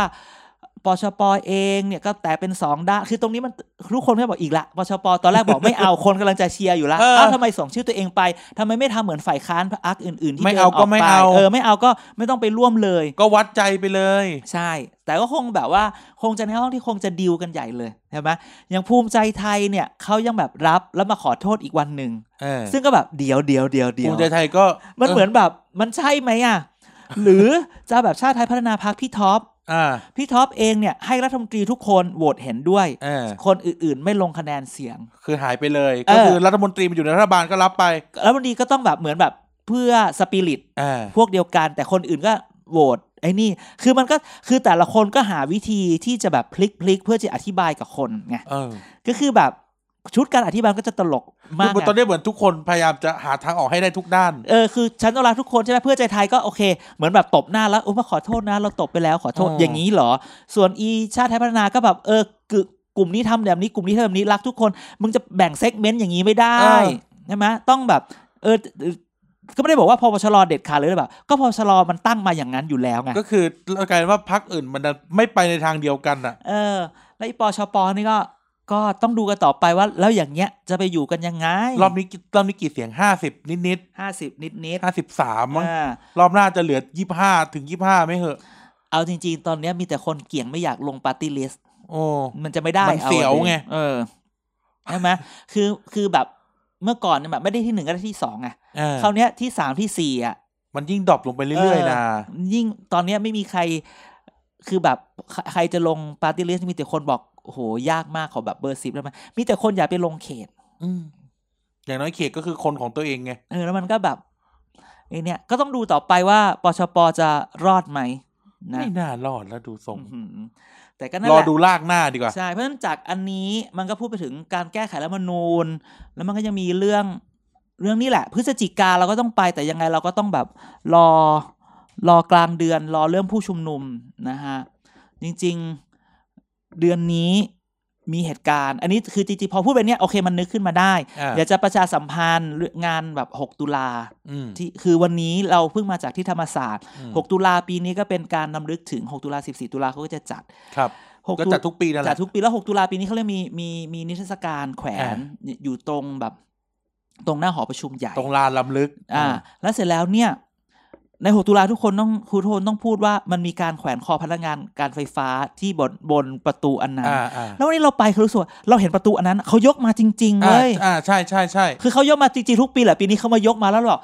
A: ปชปเองเนี่ยก็แต่เป็นสองด้านคือตรงนี้มันทุกคนก็บอกอีกละปชปตอนแรกบอกไม่เอา คนกำลังจะเชียร์
B: <laughs>
A: อยู่ละเอ้าทำไมส่งชื่อตัวเองไปทำไมไม่ทำเหมือนฝ่ายค้านพรรคอื่นๆที่
B: ไม่
A: ดิน
B: เอาก็
A: ป
B: ไม่เอา
A: เออไม่เอาก็ไม่ต้องไปร่วมเลย
B: ก็วัดใจไปเลย
A: ใช่ แต่ก็คงแบบว่าคงจะในห้องที่คงจะดีลกันใหญ่เลยใช่ไหมอย่างภูมิใจไทยเนี่ยเขายังแบบรับแล้วมาขอโทษอีกวันหนึ่ง
B: เออ
A: ซึ่งก็แบบเดียวเดียวเดียวเดีย
B: ภู
A: ว
B: มิใจไทยก็
A: มันเหมือนแบบมันใช่ไหมอ่ะ หรือจะแบบชาติไทยพัฒนาพักพี่ท็อป
B: อ่า
A: พี่ท็อปเองเนี่ยให้รัฐมนตรีทุกคนโหวตเห็นด้วย
B: เออ
A: คนอื่นๆไม่ลงคะแนนเสียง
B: คือหายไปเลย
A: เออ
B: ก็คือรัฐมนตรีมาอยู่ในรัฐบาลก็รับไป
A: แล้ววันนี้ก็ต้องแบบเหมือนแบบเพื่อสปิริต
B: อ่า
A: พวกเดียวกันแต่คนอื่นก็โหวตไอ้นี่ คือมันก็คือแต่ละคนก็หาวิธีที่จะแบบพลิกพลิกเพื่อจะอธิบายกับคนไง
B: เออ
A: ก็คือแบบ ชุดการอธิบายมันก็จะตลกมาก
B: คือ
A: ไง
B: ตอนนี้เหมือนทุกคนพยายามจะหาทางออกให้ได้ทุกด้าน
A: เออคือฉันต้องรักทุกคนใช่ไหมเพื่อใจไทยก็โอเค เหมือนแบบตบหน้าแล้วอุ้ยมาขอโทษนะ เราตบไปแล้วขอโทษ
B: อ๋อ
A: อ
B: อ
A: ย่างนี้เหรอ ส่วนอีชาติไทยพัฒนาก็แบบเออกึกลุ่มนี้ทำแบบนี้กลุ่มนี้ทำแบบนี้รักทุกคน มึงจะแบ่งเซกเมนต์อย่างนี้ไม่ได้ใช่ไหมต้องแบบ เออเออก็ไม่ได้บอกว่าพปชรเด็ดขาดหรืออะไรแบบก็พปชรมันตั้งมาอย่างนั้นอยู่แล้วไง
B: ก็คือกลายเป็นว่าพักอื่นมันดันไม่ไปในทางเดียวกันอ่ะ
A: เออ แล้วอีปชปนี่ก็ก็ต้องดูกันต่อไปว่า แล้วอย่างเงี้ยจะไปอยู่กันยังไง
B: รอบนี้กี่รอบนี้กี่เสียงห้าสิบนิดนิด
A: ห้าสิบนิดนิด
B: ห้าสิบสาม
A: ๆ
B: มั้ง
A: อ่า
B: รอบหน้าจะเหลือยี่ห้าถึงยี่ห้าไม่เหอะ
A: เอาจริงๆ ตอนเนี้ยมีแต่คนเกี่ยงไม่อยากลงปาร์ตี้ลิสต์
B: โอ้
A: มันจะไม่ได้
B: มันเสียว
A: อาอะดิ
B: ไง
A: เออใช่ไหม คือคือแบบเมื่อก่อนเนี่ยแบบไม่ได้ที่หนึ่งก็ได้ที่สองไง
B: เออ
A: คราวเนี้ยที่สามที่สี่อ่ะ
B: มันยิ่งดรอปลงไปเรื่อยๆนะ
A: ยิ่งตอนเนี้ยไม่มีใคร คือแบบใครใครจะลงปาร์ตี้ลิสต์มีแต่คนบอกโอ้โหยากมากขอแบบเบอร์สิบได้ไหมมีแต่คนอยากไปลงเขต
B: อืมอย่างน้อยเขตก็คือคนของตัวเองไง
A: เออแล้วมันก็แบบไอเนี่ยก็ต้องดูต่อไปว่าปชปจะรอดไหมนะ
B: ไม่น่ารอดแล้วดูทรง
A: อื้อหือแต่ก็นั่น
B: ร
A: แห
B: อ
A: ละ
B: ดูลากหน้าดีกว่า
A: ใช่ เพราะฉะนั้นจากอันนี้มันก็พูดไปถึงการแก้ไขรัฐธรรมนูญ แล้วมันก็ยังมีเรื่องเรื่องนี้แหละ พฤศจิกาเราก็ต้องไปแต่ยังไงเราก็ต้องแบบรอรอกลางเดือนรอเรื่องผู้ชุมนุมนะฮะ จริงๆเดือนนี้มีเหตุการณ์ อันนี้คือจริงๆพอพูดไปเนี้ยโอเคมันนึกขึ้นมาได้
B: อ่า
A: เดี๋ยวจะประชาสัมพันธ์งานแบบ 6 ตุลา
B: อืม
A: ที่คือวันนี้เราเพิ่งมาจากที่ธรรมศาสตร์
B: อืม
A: 6 ตุลาปีนี้ก็เป็นการนำลึกถึง 6 ตุลา 14 ตุลาเขาก็จะจัด
B: ครับ
A: 6
B: ก็จัดทุกปีนั่นแห
A: จัด
B: ละ
A: ทุกปีแล้ว 6 ตุลาปีนี้เขาเรียกมีมีมีนิทรรศการแขวนอยู่ตรงแบบ ตรงหน้าหอประชุมใหญ่
B: ตรงลานลำลึก
A: อ่า แล้วเสร็จแล้วเนี่ย ใน 6 ตุลาทุกคนต้องครูโทนต้องพูดว่ามันมีการแขวนคอพนักงานการไฟฟ้าที่บนบนประตูอันนั้น
B: อ่าอ่า
A: แล้ววันนี้เราไปคือรู้สึกว่าเราเห็นประตูอันนั้นเขายกมาจริงๆ
B: อ่า
A: เว้ย
B: อ่าใช่ใช่ใช่
A: คือเขายกมาจริงๆทุกปีแหละปีนี้เขามายกมาแล้วหรอก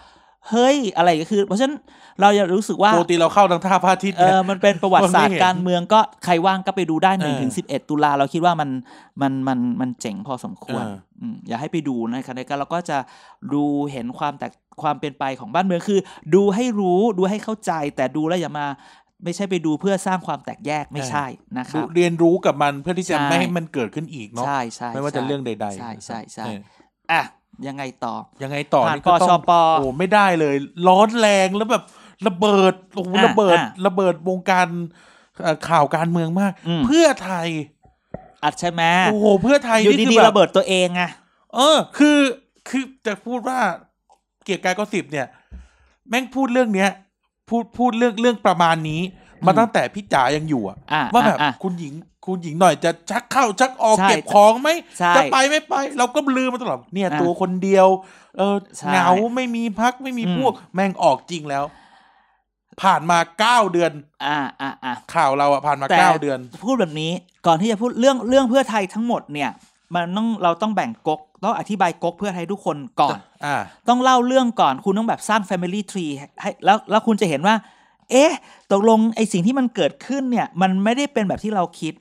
A: เฮ้ยอะไรก็คือ เพราะฉะนั้นเราจะรู้สึกว่า
B: ปกติเราเข้าทางท่าพระอาทิตย์
A: เอ
B: เนี่ย
A: อ มันเป็นประวัติศาสต
B: มันไม่เห็
A: ร์
B: น
A: การเมืองก็ใครว่างก็ไปดูได้หนึ่งถึง
B: เอ
A: สิบเอ็ดตุลาเราคิดว่ามันมันมันมันเจ๋งพอสมควร
B: เอออื
A: มอย่าให้ไปดูนะครับในการเราก็จะดูเห็นความแตกความเป็นไปของบ้านเมืองคือ ดูให้รู้ดูให้เข้าใจ แต่ดูแล้วอย่ามา ไม่ใช่ไปดูเพื่อสร้างความแตกแยกไม่ใช่นะค
B: ดู
A: รับ
B: เรียนรู้กับมันเพื่อที่จะ
A: ใช่
B: ไม่ให้มันเกิดขึ้นอีกเนาะ
A: ใช่ใช่
B: ไม่ว่าจะ
A: ใช่
B: เรื่องใดๆ
A: ใช่ใช่ใช่
B: เนี่ย
A: อ่ะยังไงต่อ
B: ยังไงต่อ
A: ผ่าน
B: นี่ก็ต้
A: ปช
B: อง
A: ป
B: โอ้ไม่ได้เลย ร้อนแรงแล้วแบบระเบิดโอ้โห
A: อ่า
B: ระเบิด
A: อ่า
B: ระเบิดวงการเอ่อข่าวการเมืองมาก
A: อืม
B: เพื่อไทย
A: อัดใช่ไหม
B: โอ้โหเพื่อไทย
A: อยู่
B: นี่คื
A: ดี
B: อ
A: ๆ
B: แบบ
A: ระเบิดตัวเองอะ
B: เออ คือคือจะพูดว่าเกียรติกายก็สิบเนี่ย แม่งพูดเรื่องเนี้ย พูดพูดเรื่องเรื่องประมาณนี้ มาตั้งแต่พี่จ๋ายังอยู่อะ
A: อ่ะ
B: ว่าแบบ
A: อ่ะ
B: คุณหญิงคุณหญิงหน่อยจะชักเข้าชักออก
A: ใช่
B: เก็บของไหม
A: ใช่
B: จะไปไม่ไป เราก็ลืมมาตลอดเนี่ย
A: อ่ะ
B: ตัวคนเดียว เออ
A: ใช่
B: เหงาไม่มีพักไม่มี
A: อืม
B: พวก แม่งออกจริงแล้ว ผ่านมาเก้าเดือน
A: อ่ะอ่ะอ่ะ
B: ข่าวเราอะผ่านมา
A: แต่
B: เก้าเดือน
A: พูดแบบนี้ก่อนที่จะพูดเรื่องเรื่องเพื่อไทยทั้งหมดเนี่ย มันต้องเราต้องแบ่งก๊กต้องอธิบายก๊กเพื่อไทยทุกคนก่อน
B: อ่า
A: ต้องเล่าเรื่องก่อนคุณต้องแบบสร้าง Family Tree ให้แล้วแล้วคุณจะเห็นว่า เอ๊ะ ตกลงไอสิ่งที่มันเกิดขึ้นเนี่ย มันไม่ได้เป็นแบบที่เราคิด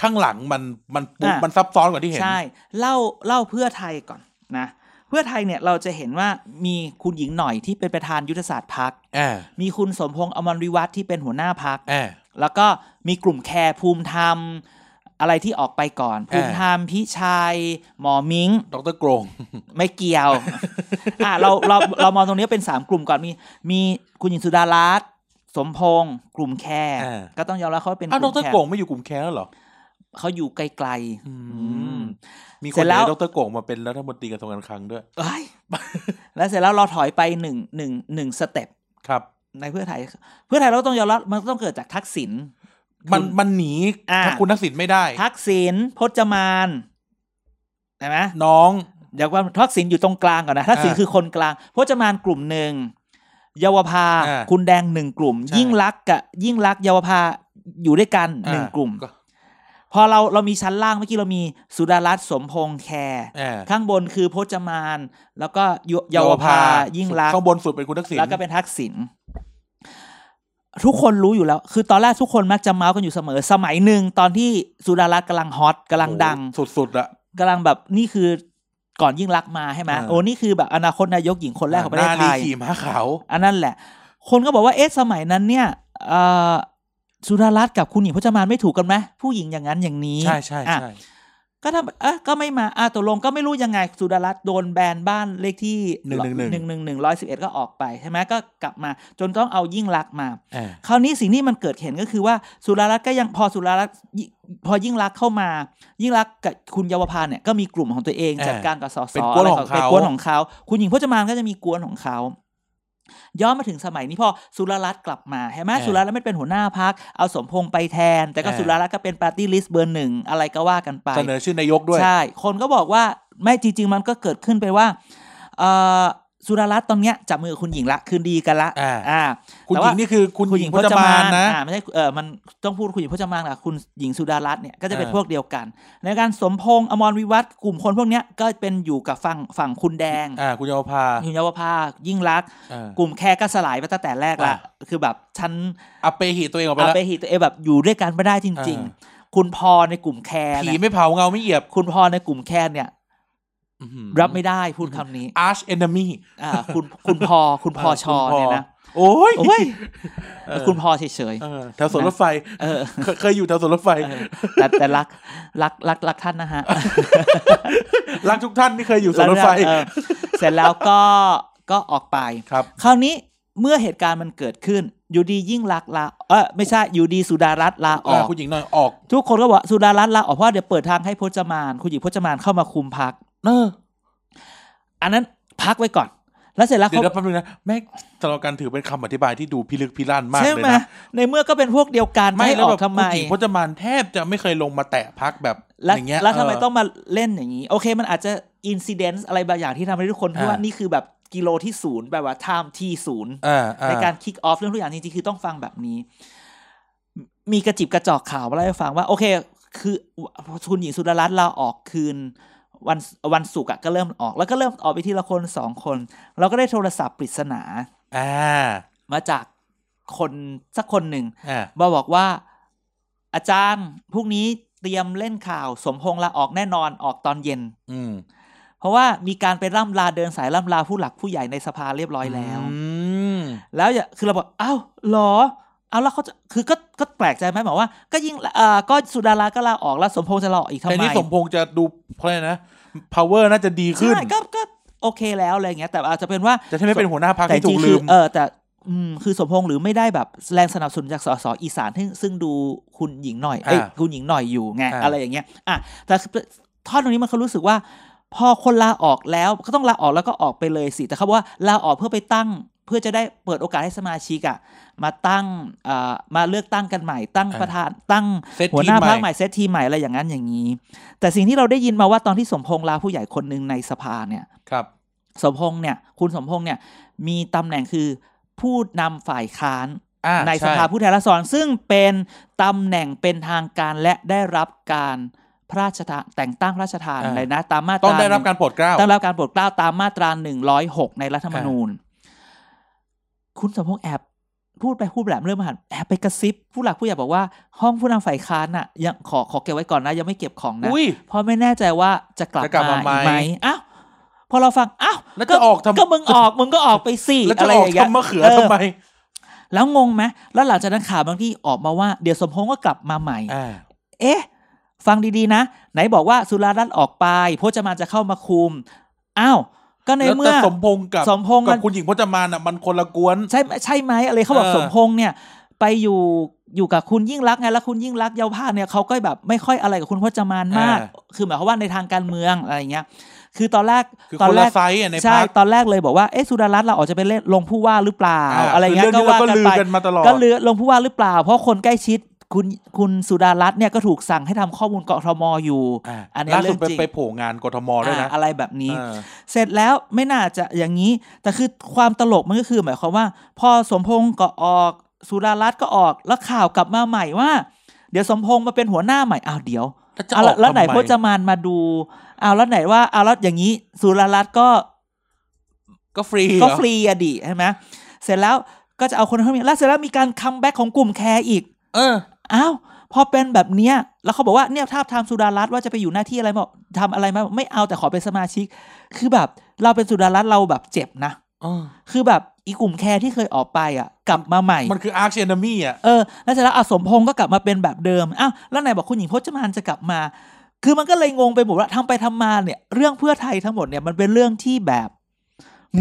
B: ข้างหลังมันมันปุ๊บ
A: อ่ะ
B: มันซับซ้อนกว่าที่เห็น
A: ใช่เล่าเล่าเพื่อไทยก่อนนะ เพื่อไทยเนี่ยเราจะเห็นว่ามีคุณหญิงหน่อยที่เป็นประธานยุทธศาสตร์พัก
B: อ่า
A: มีคุณสมพงษ์อมรวิวัฒน์ที่เป็นหัวหน้าพัก
B: อ่า
A: แล้วก็มีกลุ่มแคร์ภูมิธรรม อะไรที่ออกไปก่อน ภูมิธรรมพิชัย หมอมิง้ง
B: ดรโกรง
A: ไม่เกี่ยว อ่ะเราเราเรามองตรงนี้เป็น 3 กลุ่มก่อนมี มีคุณหญิงสุดารัตน์สมพงษ์กลุ่มแคร์
B: อ่า
A: ก็ต้องยอมรับเขาว่าเป็นก
B: อ้าวด
A: ลุ่ม
B: ร
A: แคร์
B: โกงไม่อยู่กลุ่มแคร์แล้วเหรอ
A: เขาอยู่ไกลๆ ม
B: มีค
A: เสร็
B: น
A: จแล้ว
B: เล้ดรโกงมาเป็นรัฐมนตรีกระทรวงการคลังด้วย
A: เอ้ย แล้วเสร็จแล้วเราถอยไปหนึ่งหนึ่งหนึ่งสเต็ป
B: ครับ
A: ในเพื่อไทย เพื่อไทยเราต้องยอมรับมันต้องเกิดจากทักษิณ
B: มันมันหนี
A: อ่า
B: ถ้าคุณทักษิณไม่ได้
A: ทักษิณพจมานใช่ไหม
B: น้อง
A: เดี๋ยวว่าทักษิณอยู่ตรงกลางก่อนนะทักษิณ
B: อ่า
A: คือคนกลางพจมานกลุ่มหนึ่งเยาวภา
B: อ่า
A: คุณแดงหนึ่งกลุ่ม
B: ใช่
A: ยิ่งรักษณ์กับยิ่งรักษณ์เยาวภาอยู่ด้วยกันหนึ่ง
B: อ่าก
A: ลุ่ม
B: ก็
A: พอเราเรามีชั้นล่างเมื่อกี้เรามีสุดารัตน์สมพงษ์แคร์
B: อ่า
A: ข้างบนคือพจมาน แล้วก็เยเยาวภายิ่งรักษณ์
B: ข้างบนสุดเป็นคุณทักษิณ
A: แล้วก็เป็นทักษิณทุกคนรู้อยู่แล้ว คือตอนแรกทุกคนมักจะเมาส์กันอยู่เสมอ สมัยหนึ่งตอนที่สุดารัตน์กำลังฮอตกำลังดัง
B: โอ้โหสุดๆอะ
A: กำลังแบบนี่คือก่อนยิ่งรักษณ์มาใช่ไหม
B: อ่า
A: โอ้นี่คือแบบอนาคตนายกหญิงคนแรกของประเทศ
B: ห
A: ไท
B: น้าย ดีขี่ม้าขาว
A: อันนั้นแหละ คนก็บอกว่าเอ๊ะสมัยนั้นเนี่ยเอ่อสุดารัตน์กับคุณหญิงพจมานไม่ถูกกันไหมผู้หญิงอย่างนั้นอย่างนี้
B: ใช่ใช่
A: อ่ะ
B: ใช่
A: ก็ทำเอะก็ไม่มาอ่ะตกลงก็ไม่รู้ยังไงสุดารัตน์โดนแบนบ้านเลขที่
B: 111
A: หนึ่งหนึ่งหนึ่งร้อยสิบเอ็ดก็ออกไปใช่ไหมก็กลับมา จนต้องเอายิ่งลักษณ์มา
B: อ่า
A: คราวนี้สิ่งที่มันเกิดเห็นก็คือว่าสุรารัตน์ก็ยังพอสุรารัตน์ยิพอยิ่งรักษณ์เข้ามา ยิ่งรักษณ์กับคุณเยาวภาเนี่ยก็มีกลุ่มของตัวเองจัดการกับสส
B: เป็นกวนของ
A: เป็น
B: เขา
A: กวนของเขา คุณหญิงพจมานก็จะมีกวนของเขา ย้อนมาถึงสมัยนี้พอสุรรัตน์กลับมาเห็นไหม
B: เออ
A: สุรรัตน์ไม่เป็นหัวหน้าพักเอาสมพงษ์ไปแทน แต่ก็
B: เออ
A: สุรรัตน์ก็เป็นปาร์ตี้ลิสต์เบอร์หนึ่งอะไรก็ว่ากันไป
B: เสนอชื่อนายกด้วย
A: ใช่ คนก็บอกว่าไม่จริง ๆ มันก็เกิดขึ้นไปว่าเอ่อสุรรัตน์ตอนเนี้ยจับมือกับคุณหญิงละคืนดีกันละ
B: อ่า
A: อ่า
B: คุณ
A: แต่
B: หญิ
A: ว่า
B: งนี่คือคุณหญิงพจมานนะ
A: อ่ไม่ใช่เออมันต้องพูดคุณหญิงพจมานกับคุณหญิงสุดารัตน์เนี่ยก็จะเป็น
B: เออ
A: พวกเดียวกัน ในการสมพงษ์อมรวิวัฒน์กลุ่มคนพวกเนี้ยก็เป็นอยู่กับฝั่งฝั่งคุณแดง
B: อ่า คุณเยาวภา
A: คุณเยาวภายิ่งรักษณ์
B: อ่าก
A: ลุ่มแคร์ก็สลายไปตั้งแต่แรกละคือแบบฉัน
B: อัปเปหิตัวเองออกไป
A: เอา
B: แล้ว
A: ไปหีตัวเองแบบอยู่ด้วยกันไม่ได้จริง
B: เออ
A: ๆ คุณพอในกลุ่มแคร์
B: ผี
A: เนี่ย
B: ไม่เผาเงาไม่เหยียบ
A: คุณพอในกลุ่มแคร์เนี่ย รับไม่ได้พูดคำนี้
B: อาร์ชเอนมี
A: อ่าคุณคุณพอคุณพอชอเนี่ยนะ
B: โอ้ย
A: โอ้ย
B: เออ
A: คุณพอเฉย
B: เออแถวสวนรถไฟ
A: ๆเออ
B: เคยเคยอยู่แถวสวนรถไฟ
A: เออแต่แต่รักรักรักรักท่านนะฮะ
B: รักทุกท่านที่เคยอยู่สวนรถไฟ
A: เออเสร็จแล้วก็ก็ออกไป
B: ครับ
A: คราวนี้เมื่อเหตุการณ์มันเกิดขึ้น อยู่ดียิ่งรักษณ์ลาเออไม่ใช่อยู่ดีสุดารัตน์ลาออก
B: อ่าคุณหญิงหน่อยออก
A: ทุกคนก็บอกสุดารัตน์ลาออกเพราะเดี๋ยวเปิดทางให้พจมาน คุณหญิงพจมานเข้ามาคุมพัก
B: เออ
A: อันนั้นพักไว้ก่อน แล้วเสร็จแล้ว
B: เดี๋ย
A: เขา
B: วนะแป๊บนึงนะแม่งสำหรับการถือเป็นคำอธิบายที่ดูพิลึกพิลั่นมาก
A: ใช่
B: เลย
A: ไหม
B: นะ
A: ในเมื่อก็เป็นพวกเดียวกัน
B: ไม่
A: ให้
B: แล้
A: อ
B: ว
A: อ
B: แบบ
A: กทำไม
B: คุณหญิงพจมานแทบจะไม่เคยลงมาแตะพักแบบ
A: แล้ว
B: อย่างเงี้ย
A: แล้วทำไม
B: เ
A: ต้องมาเล่นอย่างนี้ โอเคมันอาจจะอินซิเดนซ์อะไรบางอย่างที่ทำให้ทุกคนคิดว่า
B: อ่านี่
A: นี่คือแบบกิโลที่ศูนย์แบบว่าไทม์ที่ศูนย์
B: อ่าอ่
A: ในการคิกออฟเรื่องทุกอย่างจริงๆ คือต้องฟังแบบนี้ มีกระจิบกระจอกข่าวมาเล่าให้ฟังว่า โอเค คือคุณหญิงสุดารัตน์ลาออกคืน วันวันศุกร์อะก็เริ่มออก แล้วก็เริ่มออกไปทีละคนสองคน เราก็ได้โทรศัพท์ปริศนา
B: อ่า
A: มาจากคนสักคนหนึ่ง
B: อ่า
A: มาบอกว่าอาจารย์พรุ่งนี้เตรียมเล่นข่าว สมพงษ์ลาออกแน่นอนออกตอนเย็น
B: อืม
A: เพราะว่ามีการไปร่ำลาเดินสายร่ำลาผู้หลักผู้ใหญ่ในสภาเรียบร้อยแล้ว
B: อืม
A: แล้วอย่าคือเราบอกอ้าวเหรอเอาแล้วเขาจะคือก็ก็แปลกใจไหมบอกว่า ก็ยิ่งเอ่อก็สุดาราก็ลาออกแล้วสมพงษ์จะลาออกอีกทำ
B: แต่
A: ไม
B: นี่สมพงษ์จะดูเพราะอะไรนะ power น่าจะดีขึ้น
A: ใช่ก็ก็โอเคแล้วอะไรอย่างเงี้ยแต่อาจจะเป็นว่า
B: จะใช่ไม่เป็นหัวหน้าพัก
A: แต่
B: ที่
A: จ
B: ถู
A: ริงๆ
B: กลื
A: คือ
B: ม
A: เออแต่อืมคือสมพงษ์หรือไม่ได้แบบแรงสนับสนุนจากสสอีสานซึ่งซึ่งดูคุณหญิงหน่อยเอ้ย
B: อ่า
A: คุณหญิงหน่อยอยู่ไง
B: อ่า
A: อะไรอย่างเงี้ยอ่ะแต่คือท่อนตรงนี้มันเขารู้สึกว่า พอคนลาออกแล้วก็ต้องลาออกแล้วก็ออกไปเลยสิแต่เขาบอกว่าลาออกเพื่อไปตั้ง เพื่อจะได้เปิดโอกาสให้สมาชิกอะมาตั้งเอ่อมาเลือกตั้งกันใหม่ ตั้งประธานตั้ง
B: เซ็ต
A: หัวห
B: ที
A: น้าม
B: ให
A: พรร
B: ม่
A: คใหม่เซตทีมใหม่อะไรอย่างนั้นอย่างนี้ แต่สิ่งที่เราได้ยินมาว่าตอนที่สมพงษ์ลาผู้ใหญ่คนหนึ่งในสภาเนี่ย
B: ครับ
A: สมพงษ์เนี่ยคุณสมพงษ์เนี่ยมีตำแหน่งคือผู้นำฝ่ายค้าน
B: อ่า
A: ในส
B: ช่
A: ภาผู้แทนราษฎรซึ่งเป็นตำแหน่งเป็นทางการและได้รับการพระราชทานแต่งตั้งพระราชทานเลยนะตามมาตรา
B: ต้องได้รับการโปรดเกล้า
A: ต้องได้รับการโปรดเกล้าตามมาตราหนึ่งร้อยหกในรัฐธรรมนูญ คุณสมพงษ์แอบพูดไปพูดแบบเริ่มหันแอบไปกระซิบผู้หลักผู้ใหญ่บอกว่า ห้องผู้นำฝ่ายค้านน่ะยังขอขอเก็บไว้ก่อนนะยังไม่เก็บของนะ
B: อุ้ย
A: เพราะไม่แน่ใจว่าจะกลับ
B: จะกลับมา
A: มาอีกไหม
B: ไหม
A: อ้าวพอเราฟังอ้าว
B: แล้วจะออกทำ
A: ก็มึงออกมึงก็ออกไปสิ
B: แล้ว
A: อะ
B: จะ
A: ไร
B: อ
A: อ
B: อก
A: ย่างเงี้ย
B: ทำมะเขือ
A: เออ
B: ทำไม
A: แล้วงงไหมแล้วหลังจากนั้นข่าวบางที่ออกมาว่าเดี๋ยวสมพงษ์ก็กลับมาใหม่
B: อ่า
A: เอ๊ะ ฟังดีๆนะ ไหนบอกว่าสุรารัตน์ออกไปพจมานจะเข้ามาคุมอ้าวก็ใน
B: แล้ว
A: เมื่อ
B: แต่สมพงษ์กับ
A: สมพงษ์
B: กับ
A: มัน
B: คุณหญิงพจมานอ่ะมันคนละกวน
A: ใช่ใช่ไหมอะไรเขาบอก
B: เออ
A: สมพงษ์เนี่ย ไปอยู่อยู่กับคุณยิ่งรักษณ์ไงแล้วคุณยิ่งรักษณ์เยาวภาคเนี่ยเขาก็แบบไม่ค่อยอะไรกับคุณพจมานมาก คือหมายความว่าในทางการเมืองอะไรอย่างเงี้ย คือตอนแรก
B: คือ
A: ตอ
B: คน น
A: แร
B: ละ
A: ก
B: ไซส์อ่ะใน
A: ใช่
B: พัก
A: ตอนแรกเลยบอกว่า เอ๊ะสุดารัตน์เราออกจะไปเล่นลงผู้ว่าหรือเปล่า อะไรเงี้ย
B: ก็
A: ก็
B: ว่า
A: ว่า
B: ก็
A: กัน
B: ลือ
A: ไป
B: กันมาตลอด
A: ก็เลือลงผู้ว่าหรือเปล่า เพราะคนใกล้ชิดคุณคุณสุดารัตน์เนี่ยก็ถูกสั่งให้ทำข้อมูลกทมอยู่
B: อ่า
A: อันนี้
B: ล่า
A: เรื่
B: สุ
A: อ
B: ด
A: ง
B: ไป
A: จริง
B: ไปโผล่งานกทมด้วยนะ
A: อ่าอะไรแบบนี้
B: เออ
A: เสร็จแล้วไม่น่าจะอย่างนี้ แต่คือความตลกมันก็คือหมายความว่า พอสมพงษ์ก็ออก สุดารัตน์ก็ออกแล้วข่าวกลับมาใหม่ว่า เดี๋ยวสมพงษ์มาเป็นหัวหน้าใหม่อ้าวเดี๋ยว
B: แล้วจะอ
A: เอา
B: อก
A: ละแล้วไหน
B: ทำม
A: พจมานมาดูเอาแล้วไหนว่าเอาแล้วอย่างนี้สุดารัตน์ก็
B: ก็ฟรี
A: ก็
B: เหอ
A: ฟรีอะดิใช่ไหมเสร็จแล้วก็จะเอาคนเข้ามาแล้วเสร็จแล้วมีการคัมแบ็กของกลุ่มแคร์อีก
B: เออ
A: อ้าวพอเป็นแบบเนี้ย แล้วเขาบอกว่าเนี่ยท้าบทามสุดารัตน์ว่าจะไปอยู่หน้าที่อะไรบอกทำอะไรไหมาไม่เอาแต่ขอเป็นสมาชิก คือแบบเราเป็นสุดารัตน์เราแบบเจ็บนะ คือแบบอีกลุ่มแคร์ที่เคยออกไปอ่ะ กลับมาใหม่
B: มันคืออาร์คเอนมี่อ่ะ
A: เออแล้วเสร็จแล้วอะสมพงษ์ก็กลับมาเป็นแบบเดิมอ้าวแล้วไหนบอกคุณหญิงพจมานจะกลับมา คือมันก็เลยงงไปหมดว่าทำไปทำมาเนี่ย เรื่องเพื่อไทยทั้งหมดเนี่ยมันเป็นเรื่องที่แบบ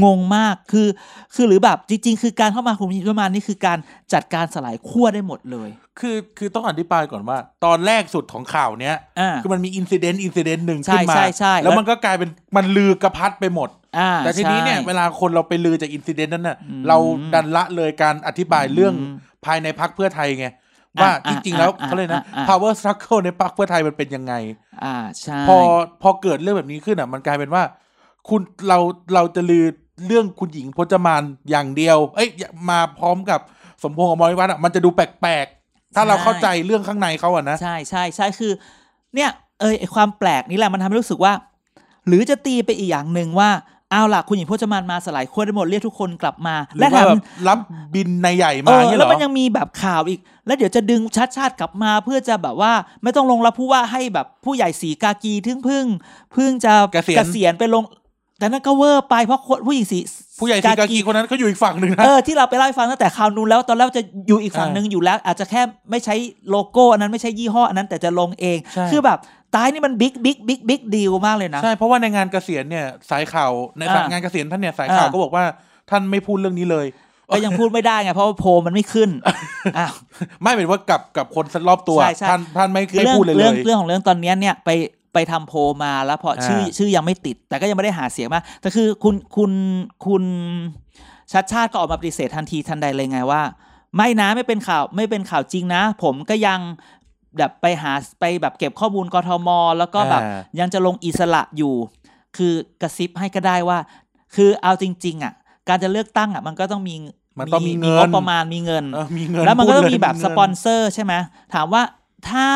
A: งงมากคือ คือหรือแบบจริง ๆ คือการเข้ามาคุมประมาณนี่คือการจัดการสลายขั้วได้หมดเลย
B: คือคือต้องอธิบายก่อนว่า ตอนแรกสุดของข่าวเนี้ย
A: อ่า
B: คือมันมีอินซิเดนต์อินซิเดนต์หนึ่ง
A: ใช่
B: ขึ้นมา
A: ใช่ใช่แล้ว
B: แล้วมันก็กลายเป็นมันลือกระพัดไปหมด
A: อ่า
B: แต่ทีนี้เนี่ย
A: ใช่
B: เวลาคนเราไปลือจากอินซิเดนต์นั้นน่ะ
A: อืม
B: เราดันละเลยการอธิบายเรื่อง
A: อืม
B: ภายในพักเพื่อไทยไงว่า
A: อ่ะ
B: จริงๆแล้ว
A: อ่ะ
B: เขาเลยกนะ
A: อ่ะอ่ะ
B: power struggle ในพักเพื่อไทยมันเป็นยังไง
A: อ่าใช่
B: พอพอเกิดเรื่องแบบนี้ขึ้นอ่ะ มันกลายเป็นว่า คุณเราเราจะลือเรื่องคุณหญิงพจมานอย่างเดียว เอ้ยมาพร้อมกับสมพงษ์อมรวิวัฒน์อ่ะมันจะดูแปลกๆ ถ้าเราเข้าใจเรื่องข้างในเขาอ่ะนะ
A: ใช่ใช่ใช่คือ เนี่ยเอยไอความแปลกนี่แหละมันทำให้รู้สึกว่า หรือจะตีไปอีกอย่างหนึ่งว่าเอาล่ะคุณหญิงพจมานมาสลายขั้วได้หมดเรียกทุกคนกลับมา
B: หรื
A: และ
B: อว่า
A: ทำ
B: แบบรับบินในใหญ่
A: เอ
B: มา
A: อ
B: เนี่ยเหร
A: แล้ว
B: อ
A: มันยังมีแบบข่าวอีก แล้วเดี๋ยวจะดึงชัดชาติกลับมาเพื่อจะแบบว่าไม่ต้องลงรับผู้ว่าให้แบบผู้ใหญ่สีกากีทึ่งพึ่งเพึ่งจะ
B: เกษียณ
A: ยณไปลง แต่นั่นก็เวอร์ไปเพราะคนผู้หญิงสี
B: ผู้ใหญ่สีกากีคนนั้นเขาอยู่อีกฝั่งหนึ่งนะ
A: เออที่เราไปเล่าให้ฟังตั้งแต่คราวนู้นแล้วตอนแรกจะอยู่อีกฝั่งหนึ่งอยู่แล้ว อาจจะแค่ไม่ใช้โลโก้อันนั้นไม่ใช่ยี่ห้ออันนั้นแต่จะลงเอง
B: ใช่
A: คือแบบตายนี่มันบิ๊กบิ๊กบิ๊กบิ๊กดีลมากเลยนะ
B: ใช่เพราะว่าในงานเกษียณเนี่ยสายข่าวใน
A: อ่าง
B: งานเกษียณท่านเนี่ยสายข่าว
A: อ่า
B: ก็บอกว่าท่านไม่พูดเรื่องนี้เลย <laughs>
A: ก็ยังพูดไม่ได้ไงเพราะว่าโพลมันไม่ขึ้นอ้าว
B: ไม่เป็นว่ากับกับคนรอบตัว
A: ใช่ใช่
B: ท่านท่านไม่
A: คือ
B: ไม่
A: เรื่อง
B: พูดเลยเล
A: เรื่อง
B: ย
A: เรื่องของเรื่องตอนเนี้ยเนี่ยไปไปทำโพลมาแล้วพอชื่อ
B: อ่า
A: ชื่อยังไม่ติด แต่ก็ยังไม่ได้หาเสียงมาแต่คือคุณคุณคุณชัดชาติก็ออกมาปฏิเสธทันทีทันใดเลยไงว่า ไม่นะไม่เป็นข่าวไม่เป็นข่าวจริงนะ ผมก็ยังแบบไปหาไปแบบเก็บข้อมูลกทม แล้วก็แบบยังจะลงอิสระอยู่ คือกระซิบให้ก็ได้ว่า คือเอาจริง ๆ อ่ะ การจะเลือกตั้งอ่ะมันก็ต้องมี
B: มันต้องมีเงิน
A: งบประมาณมีเงิน
B: เออมีเงิน
A: แล้วมันก็ต้องมี
B: พูดเย
A: แบบ
B: เงิ
A: สปอนเซอร์ใช่ไหมถามว่าถ้า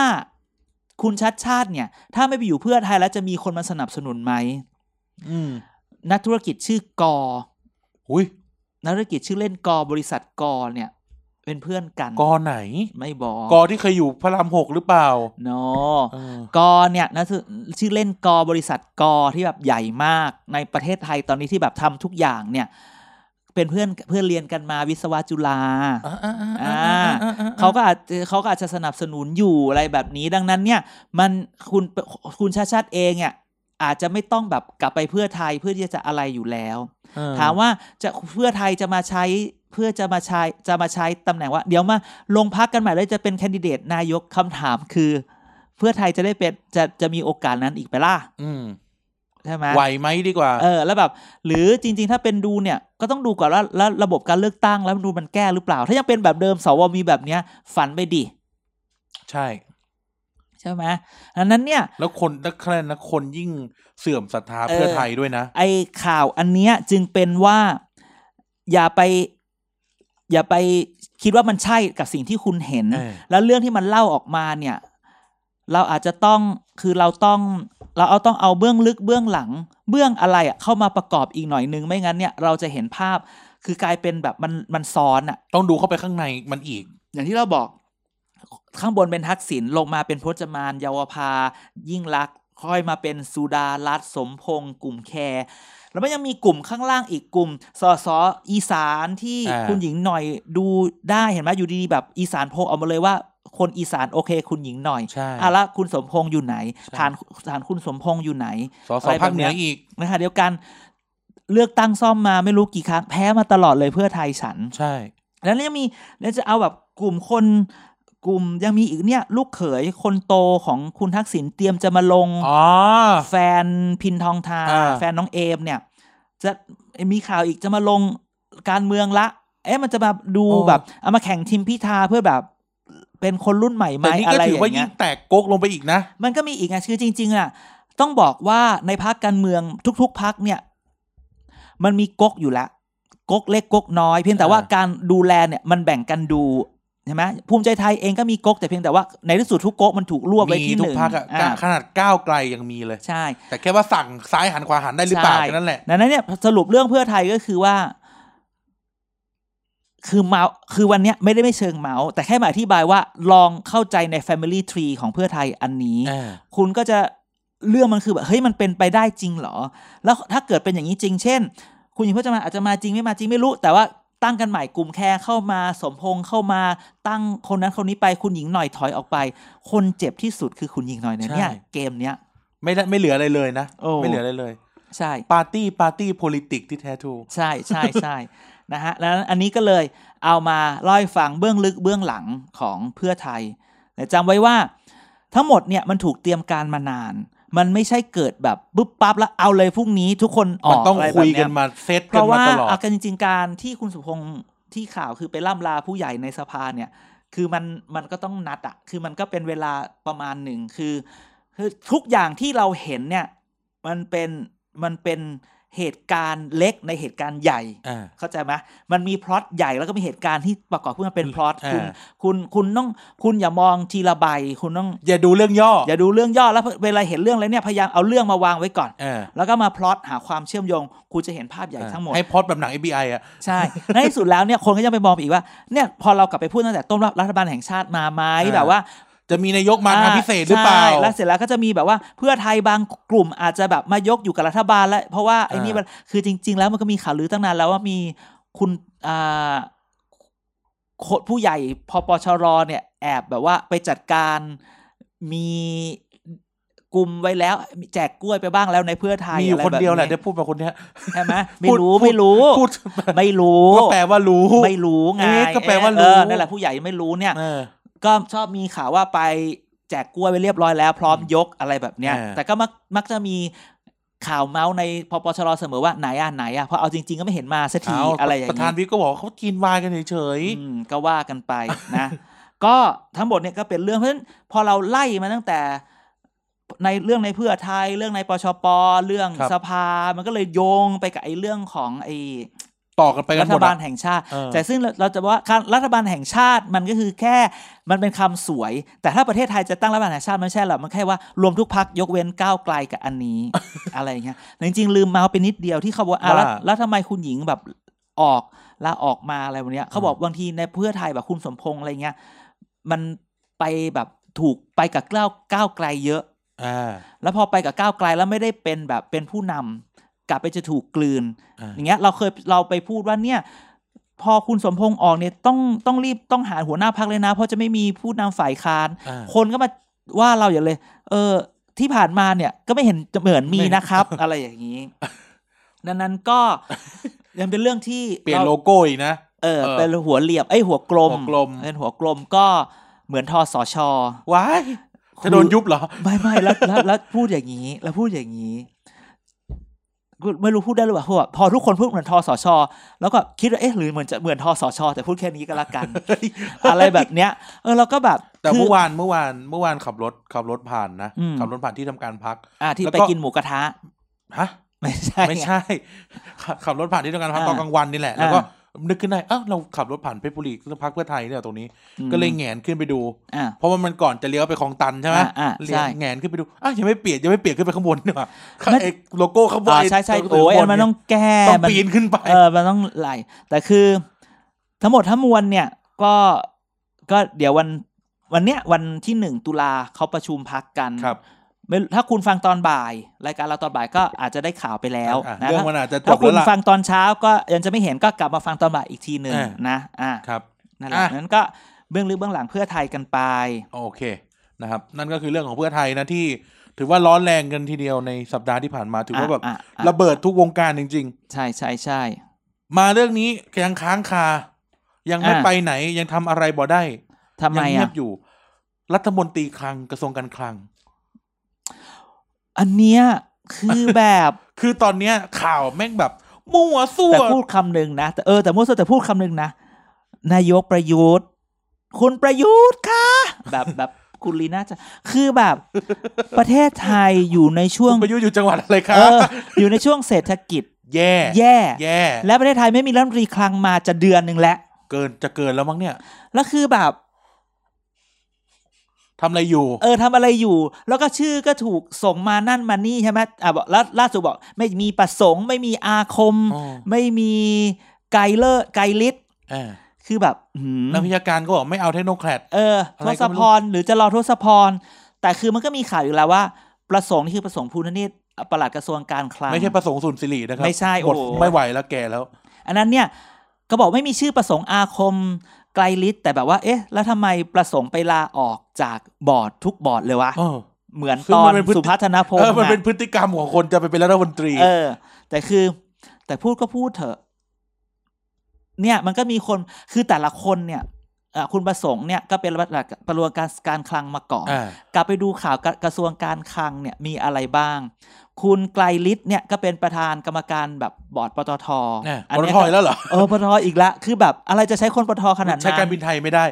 A: คุณชัดชาติเนี่ย ถ้าไม่ไปอยู่เพื่อไทยแล้วจะมีคนมาสนับสนุนไหม
B: อืม
A: นักธุรกิจชื่อกอ
B: อุ้ย
A: นักธุรกิจชื่อเล่นกอบริษัทกอเนี่ย เป็นเพื่อนกัน
B: กอไหน
A: ไม่บอก
B: กอที่เคยอยู่พระรามหกหรือเปล่า
A: โน
B: เออก
A: อเนี่ยนะชื่อเล่นกอบริษัทกอที่แบบใหญ่มากในประเทศไทยตอนนี้ที่แบบทำทุกอย่างเนี่ย เป็นเพื่อนเพื่อนเรียนกันมาวิศวะจุฬา
B: อ่าอ่าอ่า
A: อ่า
B: อ่าอ่
A: <laughs> เขาก็อาจเขาก็อาจจะสนับสนุนอยู่อะไรแบบนี้ดังนั้นเนี่ย มันคุณคุณชาติชาติเองเนี่ยอาจจะไม่ต้องแบบกลับไปเพื่อไทยเพื่อที่จะอะไรอยู่แล้ว
B: เออ
A: ถามว่าจะเพื่อไทยจะมาใช้เพื่อจะมาใช้จะมาใช้ตำแหน่งว่า เดี๋ยวมาลงพักกันใหม่แล้วจะเป็นแคนดิเดตนายกคำถามคือ เพื่อไทยจะได้เป็นจะจะมีโอกาสนั้นอีกไปล่ะ
B: อืม
A: ใช่ไหม
B: ไหวไหมดีกว่า
A: เออแล้วแบบหรือจริง ๆ ถ้าเป็นดูเนี่ยก็ต้องดูก่อนว่าแล้วระบบการเลือกตั้งแล้วดูมันแก้หรือเปล่า ถ้ายังเป็นแบบเดิมสวมีแบบเนี้ย ฝันไปดิ
B: ใช่
A: ใช่ไหมดังนั้นเนี่ย
B: แล้วคนนักแค่นะคนยิ่งเสื่อมศรัทธาเพื่อ
A: เออ
B: ไทยด้วยนะ
A: ไอข่าวอันเนี้ยจึงเป็นว่าอย่าไป อย่าไปคิดว่ามันใช่กับสิ่งที่คุณเห็น
B: เออ
A: แล้วเรื่องที่มันเล่าออกมาเนี่ย เราอาจจะต้องคือเราต้อง เราเอาต้องเอาเบื้องลึกเบื้องหลัง เบื้องอะไรอะเข้ามาประกอบอีกหน่อยนึงไม่งั้นเนี่ยเราจะเห็นภาพคือกลายเป็นแบบมันมันซ้อนอะ
B: ต้องดูเข้าไปข้างในมันอีก
A: อย่างที่เราบอกข้างบนเป็นทักษิณลงมาเป็นพจมานเยาวภา ยิ่งลักษณ์ค่อยมาเป็นสุดารัตน์สมพงษ์กลุ่มแคร์แล้วมันยังมีกลุ่มข้างล่างอีกกลุ่มสอสออีสานที่
B: อ่า
A: คุณหญิงหน่อยดูได้เห็นไหมอยู่ดีๆแบบอีสานโพลออกมาเลยว่า คนอีสานโอเค คุณหญิงหน่อย
B: ใช่
A: อ่ะแล้วคุณสมพงษ์อยู่ไหน
B: ใช่
A: ฐานฐานคุณสมพงษ์อยู่ไหน
B: สอส
A: อะ
B: อ
A: ไรแบบ
B: ภาคเหนือ
A: เนี้ย
B: อีก
A: นะคะเดียวกันเลือกตั้งซ่อมมาไม่รู้กี่ครั้งแพ้มาตลอดเลยเพื่อไทยฉัน
B: ใช่
A: แล้วยังมีแล้วจะเอาแบบกลุ่มคนกลุ่มยังมีอีกเนี่ย ลูกเขยคนโตของคุณทักษิณเตรียมจะมาลง
B: อ๋อ
A: แฟนพินทองทา
B: อ่า
A: แฟนน้องเอมเนี่ย จะมีข่าวอีกจะมาลงการเมืองละ เอ๊ะมันจะมาดูแบบ เอามาแข่งทีมพิธาเพื่อแบบ เป็นคนรุ่นใหม่ไหมอะ
B: แต่นี่ก็
A: ไรอ
B: ถือว่า
A: ย่างเงี้
B: ยิ่
A: ย
B: งแตกก๊กลงไปอีกนะ
A: มันก็มีอีกไงคือจริง ๆ อ่ะ ต้องบอกว่าในพักการเมืองทุก ๆพักเนี่ย มันมีก๊กอยู่ละก๊กเล็กก๊กน้อย เพียงแต่ว่า
B: อ่า
A: การดูแลเนี่ยมันแบ่งกันดูใช่ไหมภูมิใจไทยเองก็มีก๊กแต่เพียงแต่ว่าในที่สุดทุกก๊กมันถูกรวบไว้
B: มี
A: ที่ห
B: ทุ
A: นึ่
B: ก
A: ง
B: พักอะ
A: อ่า
B: ขนาดก้าวไกลยังมีเลย
A: ใช่
B: แต่แค่ว่าสั่งซ้ายหันขวาหันได้หรือเปล่า
A: ใช่
B: แค่นั้นแหละ
A: ดังนั้นเนี่ยสรุปเรื่องเพื่อไทยก็คือว่า คือเมาคือวันเนี้ยไม่ได้ไม่เชิงเมาส์แต่แค่มาอธิบายว่าลองเข้าใจใน Family Tree ของเพื่อไทยอันนี้ คุณก็จะเรื่องมันคือแบบเฮ้ยมันเป็นไปได้จริงเหรอ แล้วถ้าเกิดเป็นอย่างนี้จริง เช่น คุณหญิงพจมานอาจจะมาจริงไม่มาจริงไม่รู้ แต่ว่า ตั้งกันใหม่กลุ่มแคร์เข้ามาสมพงษ์เข้ามาตั้งคนนั้นคนนี้ไปคุณหญิงหน่อยถอยออกไป คนเจ็บที่สุดคือคุณหญิงหน่อยเนี่ย
B: ใช่
A: เนี่ยเกมเนี้ย
B: ไม่ได้ไม่เหลืออะไรเลยนะ
A: โอ้
B: ไม่เหลืออะไรเลย
A: ใช่
B: ปาร์ตี้ปาร์ตี้ politic ที่แท้ทรู
A: ใช่ใช่ใช่ <laughs> นะฮะแล้วอันนี้ก็เลยเอามาเล่าให้ฟังเบื้องลึกเบื้องหลังของเพื่อไทยแต่จำไว้ว่าทั้งหมดเนี่ยมันถูกเตรียมการมานาน มันไม่ใช่เกิดแบบปุ๊บปั๊บแล้วเอาเลยพรุ่งนี้ทุกคนอ
B: มัน
A: อ
B: ต้อง
A: กะไรแบบ
B: คุย
A: เ
B: กันมาเซต
A: เพ
B: กัน
A: ราะ
B: มา
A: ว่า
B: ตลอด
A: เอากันจริงๆการที่คุณสุพงษ์ที่ข่าวคือไปล่ำลาผู้ใหญ่ในสภาเนี่ย คือมันมันก็ต้องนัดอะคือมันก็เป็นเวลาประมาณหนึ่งคือคือทุกอย่างที่เราเห็นเนี่ย มันเป็นมันเป็นเหตุการณ์เล็กในเหตุการณ์ใหญ่
B: อ่า
A: เข้าใจไหมมันมีพล็อตใหญ่แล้วก็มีเหตุการณ์ที่ประกอบขึ้นมาเป็นพล็อต
B: อ่า
A: คุณคุณคุณต้องคุณอย่ามองทีละใบคุณต้อง
B: อย่าดูเรื่องย่อ
A: อย่าดูเรื่องย่อแล้วเวลาเห็นเรื่องอะไรเนี่ยพยายามเอาเรื่องมาวางไว้ก่อน
B: เออ
A: แล้วก็มาพล็อตหาความเชื่อมโยงคุณจะเห็นภาพใหญ่ทั้งหมด
B: ให้พอดแบบหนัง FBI อ่ะ
A: ใช่ ในที่สุดแล้วเนี่ยคนก็ยังไปมองอีกว่าเนี่ยพอเรากลับไปพูดตั้งแต่ต้นว่ารัฐบาลแห่งชาติมาไหม
B: อ่า
A: แบบว่า
B: จะมีนายกมา
A: อ่
B: ทำพิเศษหรือเปล่า
A: ใช่แล้วเสร็จแล้วก็จะมีแบบว่าเพื่อไทยบางกลุ่มอาจจะแบบมายกอยู่กับรัฐบาลแล้ว เพราะว่าไอ้นี่มันคือจริง ๆ แล้วมันก็มีข่าวลือตั้งนานแล้วว่ามีคุณอ่าคนผู้ใหญ่พปชรเนี่ย แอบแบบว่าไปจัดการมีกลุ่มไว้แล้วแจกกล้วยไปบ้างแล้วในเพื่อไทย
B: มีอยู่
A: ไร
B: คนเดียวแหละ
A: แบบ
B: ได้พูดมาคนเนี้ย
A: ใช่ไหมไม่
B: พูด
A: รู้
B: พูด
A: ไม่รู้
B: พูด
A: ไม่รู้
B: ก็แปลว่ารู้
A: ไม่รู้ไง
B: เอ๊ะก็แปลว่ารู้
A: เออนั่นแหละผู้ใหญ่ไม่รู้เนี่ย
B: เออ
A: ก็ชอบมีข่าวว่าไปแจกกล้วยไปเรียบร้อยแล้ว พร้อมยกอะไรแบบเนี้ย
B: อ่า
A: แต่ก็มักมักจะมีข่าวเมาส์ในพปชรเสมอว่าไหนอ่ะไหนอ่ะเพราะเอาจริงๆก็ไม่เห็นมาสักที
B: เอา
A: อะไรอย่าง
B: ประธาน
A: นี้
B: วิปก็บอกว่าเขากินวายกันเฉย
A: อืมก็ว่ากันไปนะ ก็ทั้งหมดเนี่ยก็เป็นเรื่องเพราะฉะนั้นพอเราไล่มาตั้งแต่ในเรื่องในเพื่อไทยเรื่องในปชปเรื่องสภา มันก็เลยโยงไปกับไอ้เรื่องของไอ้
B: ๆต่อกันไปกั
A: รั
B: นห
A: ฐ
B: มด
A: บา
B: อะ
A: ลแห่งชาติ
B: เออ
A: แต่ซึ่งเราเราจะบอกว่าการรัฐบาลแห่งชาติมันก็คือแค่มันเป็นคำสวย แต่ถ้าประเทศไทยจะตั้งรัฐบาลแห่งชาติมันไม่ใช่หรอกมันแค่ว่ารวมทุกพักยกเว้นก้าวไกลกับอัน <laughs> นี้ อะไรอย่างเงี้ยแต่จริงๆลืมเมาไปนิดเดียวที่เขาบอกอ่ะแล้ว
B: ว่า
A: แล้วทำไมคุณหญิงแบบออกลาออกมาอะไรวันเนี้ยเขาบอกบางทีในเพื่อไทยแบบคุณสมพงษ์อะไรเงี้ยมันไปแบบถูกไปกับก้าวก้าวไกลเยอะ
B: อ่า
A: แล้วพอไปกับก้าวไกลแล้วไม่ได้เป็นแบบเป็นผู้นำกลับไปจะถูกกลืน
B: อ่า
A: อย่างเงี้ยเราเคยเราไปพูดว่าเนี่ย พอคุณสมพงษ์ออกเนี่ยต้องต้องรีบต้องหาหัวหน้าพักเลยนะ เพราะจะไม่มีผู้นำฝ่ายค้าน
B: อ่า
A: คนก็มาว่าเราอย่างเลย เออ ที่ผ่านมาเนี่ยก็ไม่เห็นจะเหมือนมี
B: ไม่
A: นะครับ อะไรอย่างนี้ ดังนั้นก็ ยังเป็นเรื่องที่
B: เปลี่ยน
A: รา
B: โลโก้อีกนะ
A: เออ
B: เออ
A: เป็นหัวเหลี่ยมไอ้ยหัวกลม
B: หัวกลม
A: เป็นหัวกลมก็เหมือนทอสอชอ
B: ว้ายจะโดนยุบเหรอ
A: ไม่ไม่แล้วแล้วแล้วพูดอย่างนี้แล้วพูดอย่างนี้กูไม่รู้พูดได้หรือเปล่าเพราะว่าพอทุกคนพูดเหมือนทอสช แล้วก็คิดว่าเอ๊ะหรือเหมือนจะเหมือนทอสช แต่พูดแค่นี้ก็แล้วกัน อะไรแบบเนี้ย เออเราก็แบบ
B: แต่
A: คื
B: เมื่อวานเมื่อวานเมื่อวานขับรถขับรถผ่านนะ
A: อืม
B: ขับรถผ่านที่ทำการพัก
A: อ่ะที่
B: แล้ว
A: ไป
B: ก็
A: กินหมูกระทะ
B: ฮะ
A: ไม่ใช่
B: ไม่ใช่ <laughs> ขับขับรถผ่านที่ทำงานพัก
A: อ่า
B: ตอนกลางวันนี่แหละ แล้วก็
A: อ่
B: นึกขึ้นได้เอ้าเราขับรถผ่านเพชรบุรีแล้วพักเพื่อไทยเนี่ยตรงนี้
A: อืม
B: ก็เลยแหงนขึ้นไปดู
A: อ่ะ
B: เพราะว่ามันก่อนจะเลี้ยวไปคลองตันใช่ไหม
A: อ่าอ่า
B: เลี้ยว
A: ใช่
B: แหงนขึ้นไปดูอ้าวยังไม่เปลี่ยนยังไม่เปลี่ยนขึ้นไปข้างบนนี่หว่า
A: ไม่
B: ไอ้โลโก้ข้างบน
A: อ่ะ
B: ไอ้
A: ใช่ใช่
B: ตัว
A: โอ้ย
B: ข้าบ
A: มันต้องแก้
B: ต้อง
A: มัน
B: ปีนขึ้นไป
A: เออ มันต้องไหลแต่คือทั้งหมดทั้งมวลเนี่ย ก็ก็เดี๋ยววันวันเนี้ยวันที่หนึ่งตุลาเขาประชุมพักกัน
B: ครับ
A: ไม่ถ้าคุณฟังตอนบ่าย รายการเราตอนบ่ายก็อาจจะได้ข่าวไปแล้ว
B: อ่ะ
A: นะ
B: เรื่อง
A: ถ้า
B: มันอาจจะจ
A: ถ้า
B: บ
A: คุ
B: แล้
A: ณ
B: วล่ะ
A: ฟังตอนเช้าก็ยังจะไม่เห็นก็กลับมาฟังตอนบ่ายอีกทีหนึ่ง
B: อ่ะ
A: นะอ่ะ
B: ครับ
A: นั่นแหละ
B: อ่ะ
A: นั้นก็เบื้องลึกเบื้องหลังเพื่อไทยกันไป
B: โอเคนะครับ นั่นก็คือเรื่องของเพื่อไทยนะที่ ถือว่าร้อนแรงกันทีเดียวในสัปดาห์ที่ผ่านมาถือว่าแบบ
A: อ่ะอ่ะ
B: ระเบิดทุกวงการจริง ๆ
A: ใช่ใช่ใช่
B: มาเรื่องนี้ยังค้างคา ยังไม่
A: อ่ะ
B: ไปไหนยังทำอะไรบ่ได้
A: ทำไม
B: ยังเงีย
A: อ่ะ
B: บอยู่ รัฐมนตรีคลังกระทรวงการคลัง
A: อันเนี้ยคือแบบ
B: คือตอนเนี้ยข่าวแม่งแบบ <laughs> มั่วสั่ว
A: แต่พูดคำหนึ่งนะแต่เออแต่มั่วซั่วแต่พูดคำหนึ่งนะนายกประยุทธ์คุณประยุทธ์ค่ะแบบแบบคุณลีน่าจะคือแบบ
B: <laughs>
A: ประเทศไทยอยู่ในช่วง
B: คุณประยุทธ์อยู่จังหวัดอะไรครับ
A: เอออยู่ในช่วงเศรษฐกิจ
B: แย่
A: แย่
B: แย่
A: และประเทศไทยไม่มีรัฐมนตรีคลังมาจะเดือนหนึ่งแล้ว
B: เกินจะเกินแล้วมั้งเนี่ย
A: แล้วคือแบบ
B: ทำอะไรอยู่
A: เออทำอะไรอยู่ แล้วก็ชื่อก็ถูกส่งมานั่นมานี่ใช่ไหมอ่ะบอกแล้วล่าสุดบอกไม่มีประสงค์ ไม่มีอาคม
B: อ๋อ
A: ไม่มีไกเลอร์ไกลิส
B: อ่า
A: คือแบบหืม
B: นักวิชาการก็บอกไม่เอาเทคโนแครด
A: เออ
B: อะ
A: ท
B: ไร
A: ศ
B: ก็ไม่
A: พ
B: รู้
A: รหรือจะรอทศพร แต่คือมันก็มีข่าวอยู่แล้วว่า ประสงค์นี่คือประสงค์ภูนนิตปลัดกระทรวงการคลัง
B: ไม่ใช่ประสงค์สุนสิรินะครับ
A: ไม่ใช่
B: หมด
A: โอ้โห
B: ไม่ไหวแล้วแก่แล้ว
A: อันนั้นเนี่ย ก็บอกไม่มีชื่อประสงค์อาคมไกลลิศแต่แบบว่า เอ๊ะ แล้วทำไมประสงค์ไปลาออกจากบอร์ดทุกบอร์ดเลยวะ
B: เออ
A: เหมือน
B: ซึ่ง
A: ตอ
B: มัน นเป็นพฤติ
A: สุพัฒนพง
B: เอ
A: ษ์
B: อมัน
A: อะ
B: เป็นพฤติกรรมของคนจะไปเป็นรัฐมนตรี
A: เออ แต่คือแต่พูดก็พูดเถอะ เนี่ยมันก็มีคนคือแต่ละคนเนี่ยเอ่อคุณประสงค์เนี่ยก็เป็นรัฐประรวงการการคลังมาก่อน
B: อ่าก
A: ลับไปดูข่าวกระกระทรวงการคลังเนี่ยมีอะไรบ้าง คุณไกลลิศเนี่ยก็เป็นประธานกรรมการแบบบอร์ดปตท
B: แน่
A: น
B: ปต
A: เนี้
B: ท
A: ก็
B: อีกแล้วเหรอ
A: เออปตทอีกละคือแบบอะไรจะใช้คนปตทขนาด
B: ใช้
A: นั้
B: การ
A: น
B: บินไทยไม่ได้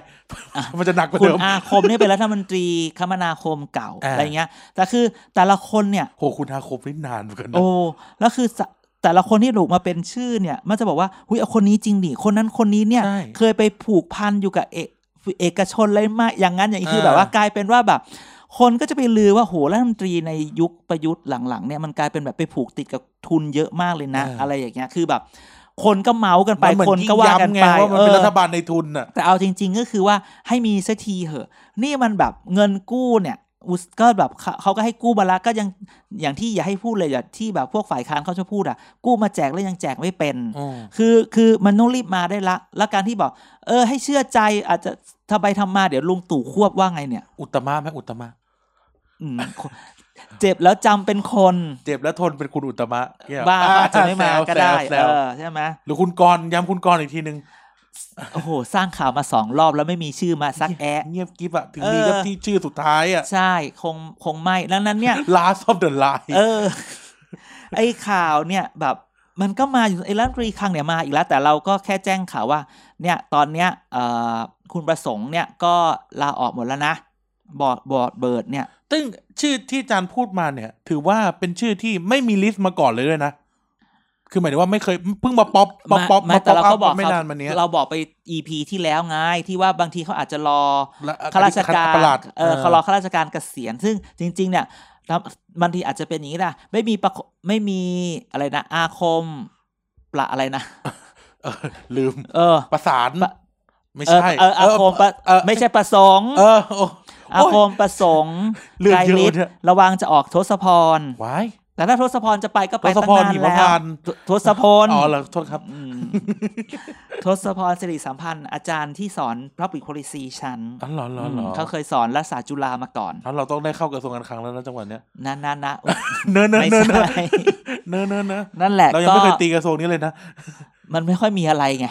A: อ่ะ
B: มันจะหนักกว่า
A: คุ
B: เดิ
A: ณ
B: ม
A: อาคมเนี่ยเป็นรัฐมนตรีคมนาคมเก่า
B: อ่า
A: อะไรเงี้ย แต่คือแต่ละคนเนี่ย
B: โหคุณอาคมนี่นานเหมือนกันนะ
A: โอ้ แล้วคือสะแต่ละคนที่หลุดมาเป็นชื่อเนี่ย มันจะบอกว่าหุยเอาคนนี้จริงดิคนนั้นคนนี้เนี่ย
B: ใช่
A: เคยไปผูกพันอยู่กับเอกเอกชนเลยมากอย่างนั้นอย่างนี้คือ
B: เออ
A: แบบว่ากลายเป็นว่าแบบ คนก็จะไปลือว่าโหรัฐมนตรีในยุคประยุทธ์หลังๆเนี่ยมันกลายเป็นแบบไปผูกติดกับทุนเยอะมากเลยนะ อะไรอย่างเงี้ยคือแบบ คนก็เมาส์กันไป
B: มัเหมือ
A: คนก็ว่ากัน
B: ยิ่งย้ำไง
A: ไป
B: ว่ามันเป็
A: เอ
B: น
A: อ
B: รัฐบาลในทุนน่ะ
A: แต่เอาจริง ๆ ก็คือว่าให้มีสักทีเหอะ นี่มันแบบเงินกู้เนี่ยอุสก็แบบเขาเขาก็ให้กู้มาละก็ยังอย่างที่อย่าให้พูดเลยอย่าที่แบบพวกฝ่ายค้านเขาชอบพูดอ่ะ กู้มาแจกแล้วยังแจกไม่เป็น คือคือมันต้องรีบมาได้ละ แล้วการที่บอก เออ ให้เชื่อใจอาจจะทำไปทำมาเดี๋ยวลุงตู่ควบว่าไงเนี่ย
B: อุตมะไหมอุตมะ
A: อืม <laughs> คนเจ็บแล้วจำเป็นคน
B: เจ็บแล้วทนเป็นคุณอุตมะเนี่ย
A: บ้า
B: อ่
A: อาจจะไม่มา
B: แซว
A: ก็ได้
B: แซ
A: เอ
B: ว
A: อใช่ไหม
B: หรือคุณกรณ์ย้ำคุณกรณ์อีกทีหนึ่ง
A: โอ้โหสร้างข่าวมาสองรอบแล้วไม่มีชื่อมาสักแอะ
B: <laughs> เงียบกิ๊บอะถึง
A: เออ
B: มีก็ที่ชื่อสุดท้ายอะ
A: ใช่คงคงไม่ดังนั้นเนี่ย
B: last of the line
A: เออ ไอ้ข่าวเนี่ยแบบมันก็มาอยู่ไอ้รัฐมนตรีคลังเนี่ยมาอีกแล้ว แต่เราก็แค่แจ้งข่าวว่า เนี่ยตอนเนี้ยเอ่อคุณประสงค์เนี่ยก็ลาออกหมดแล้วนะ บอร์ดบอร์ดเบิร์ดเนี่ย
B: ซึ่งชื่อที่อาจารย์พูดมาเนี่ย ถือว่าเป็นชื่อที่ไม่มีลิสต์มาก่อนเลยด้วยนะ คือหมายถึงว่าไม่เคยเพิ่งมาป๊อปป๊อปป๊อป
A: ไมาแต่เราก็บอก
B: มาไม่นานมาเนี้ย
A: เราบอกไป EP ที่แล้วไงที่ว่าบางทีเขาอาจจะรอ
B: และ
A: ข้าราชการ
B: ประหลัด
A: เออเขารอข้าราชการเกษียณ ซึ่งจริง ๆ เนี่ยแล้วบางทีอาจจะเป็นอย่างนี้นะไม่มีประคไม่มีอะไรนะอาคมประอะไรนะ
B: เออลืม
A: เออ
B: ประสาน
A: ประ
B: ไม่
A: เออ
B: ใช่
A: เอออาคมประ
B: เออ
A: ไม่ใช่ประสงค์
B: เออโอ้
A: อาค
B: โย
A: มประสงค์
B: เรื่อง
A: ไกร
B: เยอะ
A: ฤท
B: เนี่
A: ธิ์
B: ย
A: ระวังจะออกทศพร
B: วาย
A: แต่ถ้าทศพรจะไปก็ไป
B: ทศ
A: ตั้ง
B: พร
A: นาน
B: หิม
A: แล้ว
B: พานต์
A: ททศพล
B: อ๋อเหรอโทษครับ
A: อืมทศพรสิริสัมพันธ์อาจารย์ที่สอนพระปิโคลิซีชั้น
B: อ๋อเหรอเหรอเหรอ
A: มเขาเคยสอนรัฐศาสตร์จุฬามาก่อน
B: อ๋อเราต้องได้เข้ากระทรวงการคลังแล้วนะจังหวะเนี้ย
A: นะนะนะ
B: เนินเนิน
A: ไม่
B: เนิน
A: ใช่
B: เนินเนินเนิน
A: นั่นแหละ
B: เรายัง
A: ก็
B: ไม่เคยตีกระทรวงนี้เลยนะ
A: มันไม่ค่อยมีอะไรไง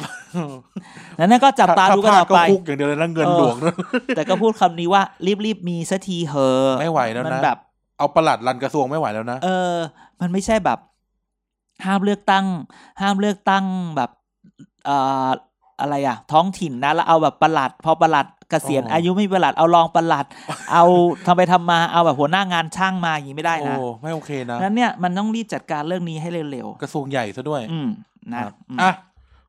A: นั้นนะก็จับตาดูกัน
B: ถ้พล
A: ต่อไป
B: ก็คุกอย่างเดียวเลยนะเงิน
A: เออ
B: หลวงนะ
A: แต่ก็พูดคำนี้ว่ารีบๆมีสักทีเหอะ
B: ไม่ไหวแล้วนะ
A: มันแบบ
B: เอาประหลัดรันกระทรวงไม่ไหวแล้วนะ
A: เออ มันไม่ใช่แบบ ห้ามเลือกตั้ง ห้ามเลือกตั้งแบบเอ่ออะไรอ่ะ ท้องถิ่นนะ แล้วเอาแบบประหลัด พอประหลัดเกษียณ
B: อ๋ออ
A: อายุไม่มีประหลัดเอารองประหลัด เอาทำไปทำมาเอาแบบหัวหน้างานช่างมาอย่างนี้ไม่ได้นะ
B: โอ้ไม่โอเคนะ
A: นั้นเนี่ยมันต้องรีบจัดการเรื่องนี้ให้เร็ว
B: กระทรวงใหญ่ซะด้วย
A: ๆอืมนะครับ อืม
B: อ่ะ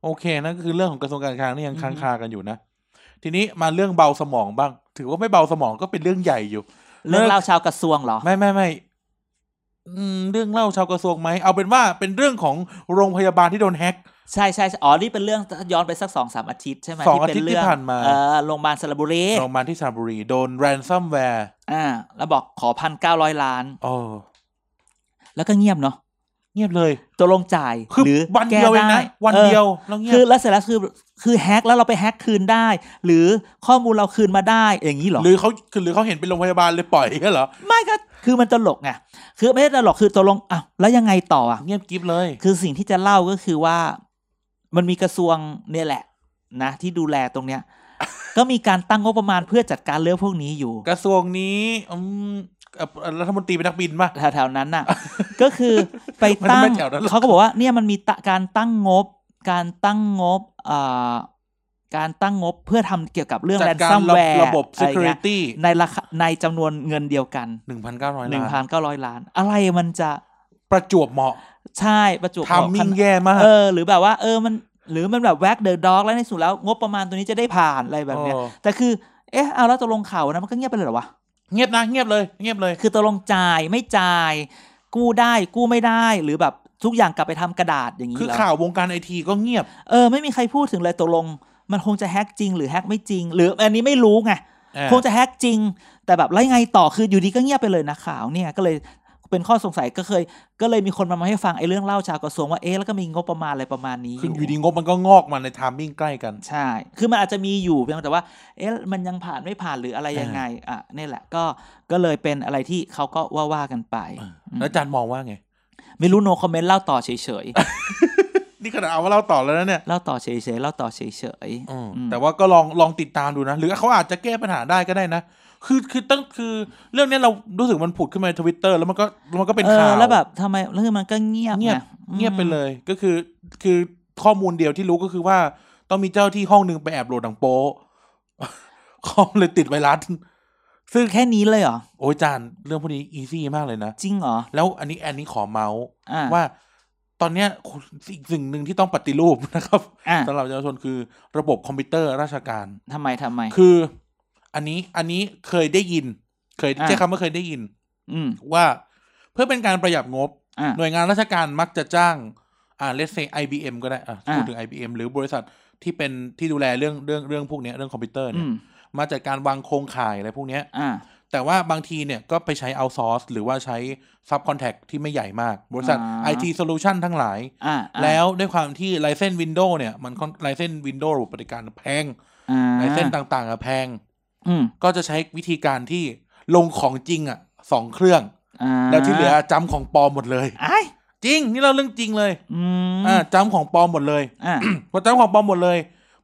B: โอเคนั่นก็คือเรื่องของกระทรวงการคลังนี่ยัง
A: อือฮึ
B: ค้างคากันอยู่นะ ทีนี้มาเรื่องเบาสมองบ้าง ถือว่าไม่เบาสมองก็เป็นเรื่องใหญ่อยู่
A: เรื่องเล่าชาวกระทรวงเหรอ
B: ไม่ไม่ไม่อืมเรื่องเล่าชาวกระทรวงไหมเอาเป็นว่าเป็นเรื่องของโรงพยาบาลที่โดนแฮ็ก
A: ใช่ใช่ใช่อ๋อนี่เป็นเรื่องย้อนไปสักสองสามอาทิตย์ใช่ไหม
B: สองอาทิตย์
A: เป็
B: ที่
A: เรื่
B: ผ่านมา
A: เออโรงพยาบาลสระบุรี
B: โรงพยาบาลที่สระบุรีโดนแรนซัมแวร์
A: อ่า แล้วบอกขอพันเก้าร้อยล้าน
B: โอ้
A: แล้วก็เงียบเนาะ
B: เงียบเลย
A: ตกลงจ่าย
B: คือ
A: หรือ
B: วันเดียวเองนะ
A: แก้ไ
B: วันเดียวแล้ว
A: ออ
B: เงียบ
A: คือแล้วเสร็จแล้วคือคือแฮกแล้วเราไปแฮกคืนได้ หรือข้อมูลเราคืนมาได้อย่างนี้เหรอ
B: หรือเขาคือหรือเขาเห็นเป็นโรงพยาบาลเลยปล่อยอย่างเงี้ยเหรอ
A: ไม่ก็คือมันตลกไงคือไม่ได้ตลกคือตกลงอ้าวแล้วยังไงต่ออ่ะ
B: เงียบกริบเลย
A: คือสิ่งที่จะเล่าก็คือว่า มันมีกระทรวงเนี่ยแหละนะ ที่ดูแลตรงเนี้ย ก็มีการตั้งงบประมาณเพื่อจัดการเรื่องพวกนี้อยู่
B: กระทรวงนี้อืมเอ่อรัฐมนตรีเป็นนักบินป่ะ
A: แถวๆนั้น
B: <laughs>
A: น่ะ ก็คือไปตั้ง
B: มันไม่แถวนั้นหรอก
A: เขาก็บอกว่าเนี่ยมันมีตะการตั้งงบ การตั้งงบเอ่อการตั้งงบเพื่อทำเกี่ยวกับเรื่อง
B: จั
A: แร
B: ด
A: น
B: การ
A: ซัม
B: ระ
A: แวร์
B: ระบบ
A: อะไรเงี้ย
B: security
A: ในราคาในจำนวนเงินเดียวกัน
B: หนึ่งพันเก้าร้อย
A: หนึ่ง
B: ล้า
A: พั
B: น
A: นเก้าร้อยล้าน อะไรมันจะ
B: ประจวบเหมาะ
A: ใช่ประจวบ
B: ทามมิ่ง
A: เหะ
B: แย่มาก
A: เออ หรือแบบว่า เออมันหรือมันแบบแว็กเดอะด็อกแล้วในสุดแล้ว งบประมาณตัวนี้จะได้ผ่านอะไรแบบเนี้ย
B: เออ
A: แต่คือเอ๊ะเอาแล้วตกลงข่าวนะมันก็เงียบไปเลยเหรอวะ
B: เงียบนะเงียบเลยเงียบเลย
A: คือตกลงจ่ายไม่จ่าย กู้ได้กู้ไม่ได้หรือแบบทุกอย่างกลับไปทำกระดาษอย่างนี้
B: คือ
A: เหรอ
B: ข่าววงการไอทีก็เงียบ
A: เออไม่มีใครพูดถึงเลยตกลง มันคงจะแฮกจริงหรือแฮกไม่จริง หรืออันนี้ไม่รู้ไง
B: อ่า
A: คงจะแฮกจริง แต่แบบไรไงต่อคืออยู่ดีก็เงียบไปเลยนะข่าวเนี่ยก็เลยไป เป็นข้อสงสัยก็เคย ก็เลยมีคนมามาให้ฟังไอ้เรื่องเล่าชาวกระทรวงว่าเอ๊ะแล้วก็มีงบประมาณอะไรประมาณนี้
B: คืออยู่ดีงบมันก็งอกมาในไทมิ่งใกล้กัน
A: ใช่ คือมันอาจจะมีอยู่เพียงแต่ว่า เอ๊ะมันยังผ่านไม่ผ่านหรืออะไรยังไง อ่ะนี่แหละก็ก็เลยเป็นอะไรที่เขาก็ว่าว่ากันไปอืม
B: แล้วอาจารย์มองว่าไง
A: ไม่รู้โนคอมเมนต์เล่าต่อเฉย
B: นี่ขนาดเอาว่าเล่าต่อแล้วนะเนี่ย
A: ๆ เล่าต่อเฉยๆเล่าต่อเฉยๆ
B: อืม
A: อืม
B: แต่ว่าก็ลองลองติดตามดูนะ หรือเขาอาจจะแก้ปัญหาได้ก็ได้นะ คือคือตั้งคือเรื่องเนี้ยเรารู้สึกมันผุดขึ้นมาในทวิตเตอร์แล้วมันก็แล้วมันก็เป็น
A: เอ
B: ข่า
A: อ
B: ว
A: แล้วแบบทำไมเรื่องมันก็เงียบ
B: เงียบ
A: นะ
B: เงียบไปเลยก็คือคือข้อมูลเดียวที่รู้ก็คือว่า ต้องมีเจ้าที่ห้องหนึ่งไปแอบโหลดหนังโป๊ะ <laughs> คอมเลยติดไวรัส ซึ่ง
A: อืมแค่นี้เลยเหรอ
B: โอ้ยจานเรื่องพวกนี้อีซี่มากเลยนะ
A: จริงเหรอ
B: แล้วอันนี้อันนี้ขอเมาส์
A: อ่า
B: ว่า ตอนเนี้ยสิ่งสิ่งหนึ่งที่ต้องปฏิรูปนะครับ
A: อ่า
B: สำหรับประชาชนคือระบบคอมพิวเตอร์ราชการ
A: ทำไมทำไม
B: คืออันนี้อันนี้เคยได้ยิน เคย
A: อ่ะ
B: ใช้คำว่าเคยได้ยิน
A: อืม
B: ว่าเพื่อเป็นการประหยัดงบ
A: อ่า
B: หน่วยงานราชการมักจะจ้าง อ่าเลสเซ IBM ก็ได้ อ่ะ
A: อ่ะ
B: พูดถึง IBM หรือบริษัทที่เป็นที่ดูแลเรื่องเรื่องเรื่องพวกเนี้ยเรื่องคอมพิวเตอร์
A: อื
B: เนี่ย
A: ม
B: มาจัดการวางโครงข่ายอะไรพวกเนี้ย
A: อ่า
B: แต่ว่าบางทีเนี่ยก็ไปใช้เอาซอร์สหรือว่าใช้ซับคอนแทคที่ไม่ใหญ่มาก บริษัท
A: อ่า
B: IT Solution ทั้งหลาย
A: อ่า
B: แล้วด้วยความที่ไลเซนส์วินโดว์เนี่ยมันไลเซนส์วินโดว์ระบบปฏิการแพงไลเซนส์ต่างๆอะแพง
A: อืม
B: ก็จะใช้วิธีการที่ลงของจริงอ่ะสองเครื่อง
A: อ่า
B: แล้วที่เหลือจำของปลอมหมดเลย
A: ไอ้าย
B: จริง นี่เราเรื่องจริงเลย
A: อืม
B: อ่าจำของปลอมหมดเลย
A: อ่า
B: พอจำของปลอมหมดเลย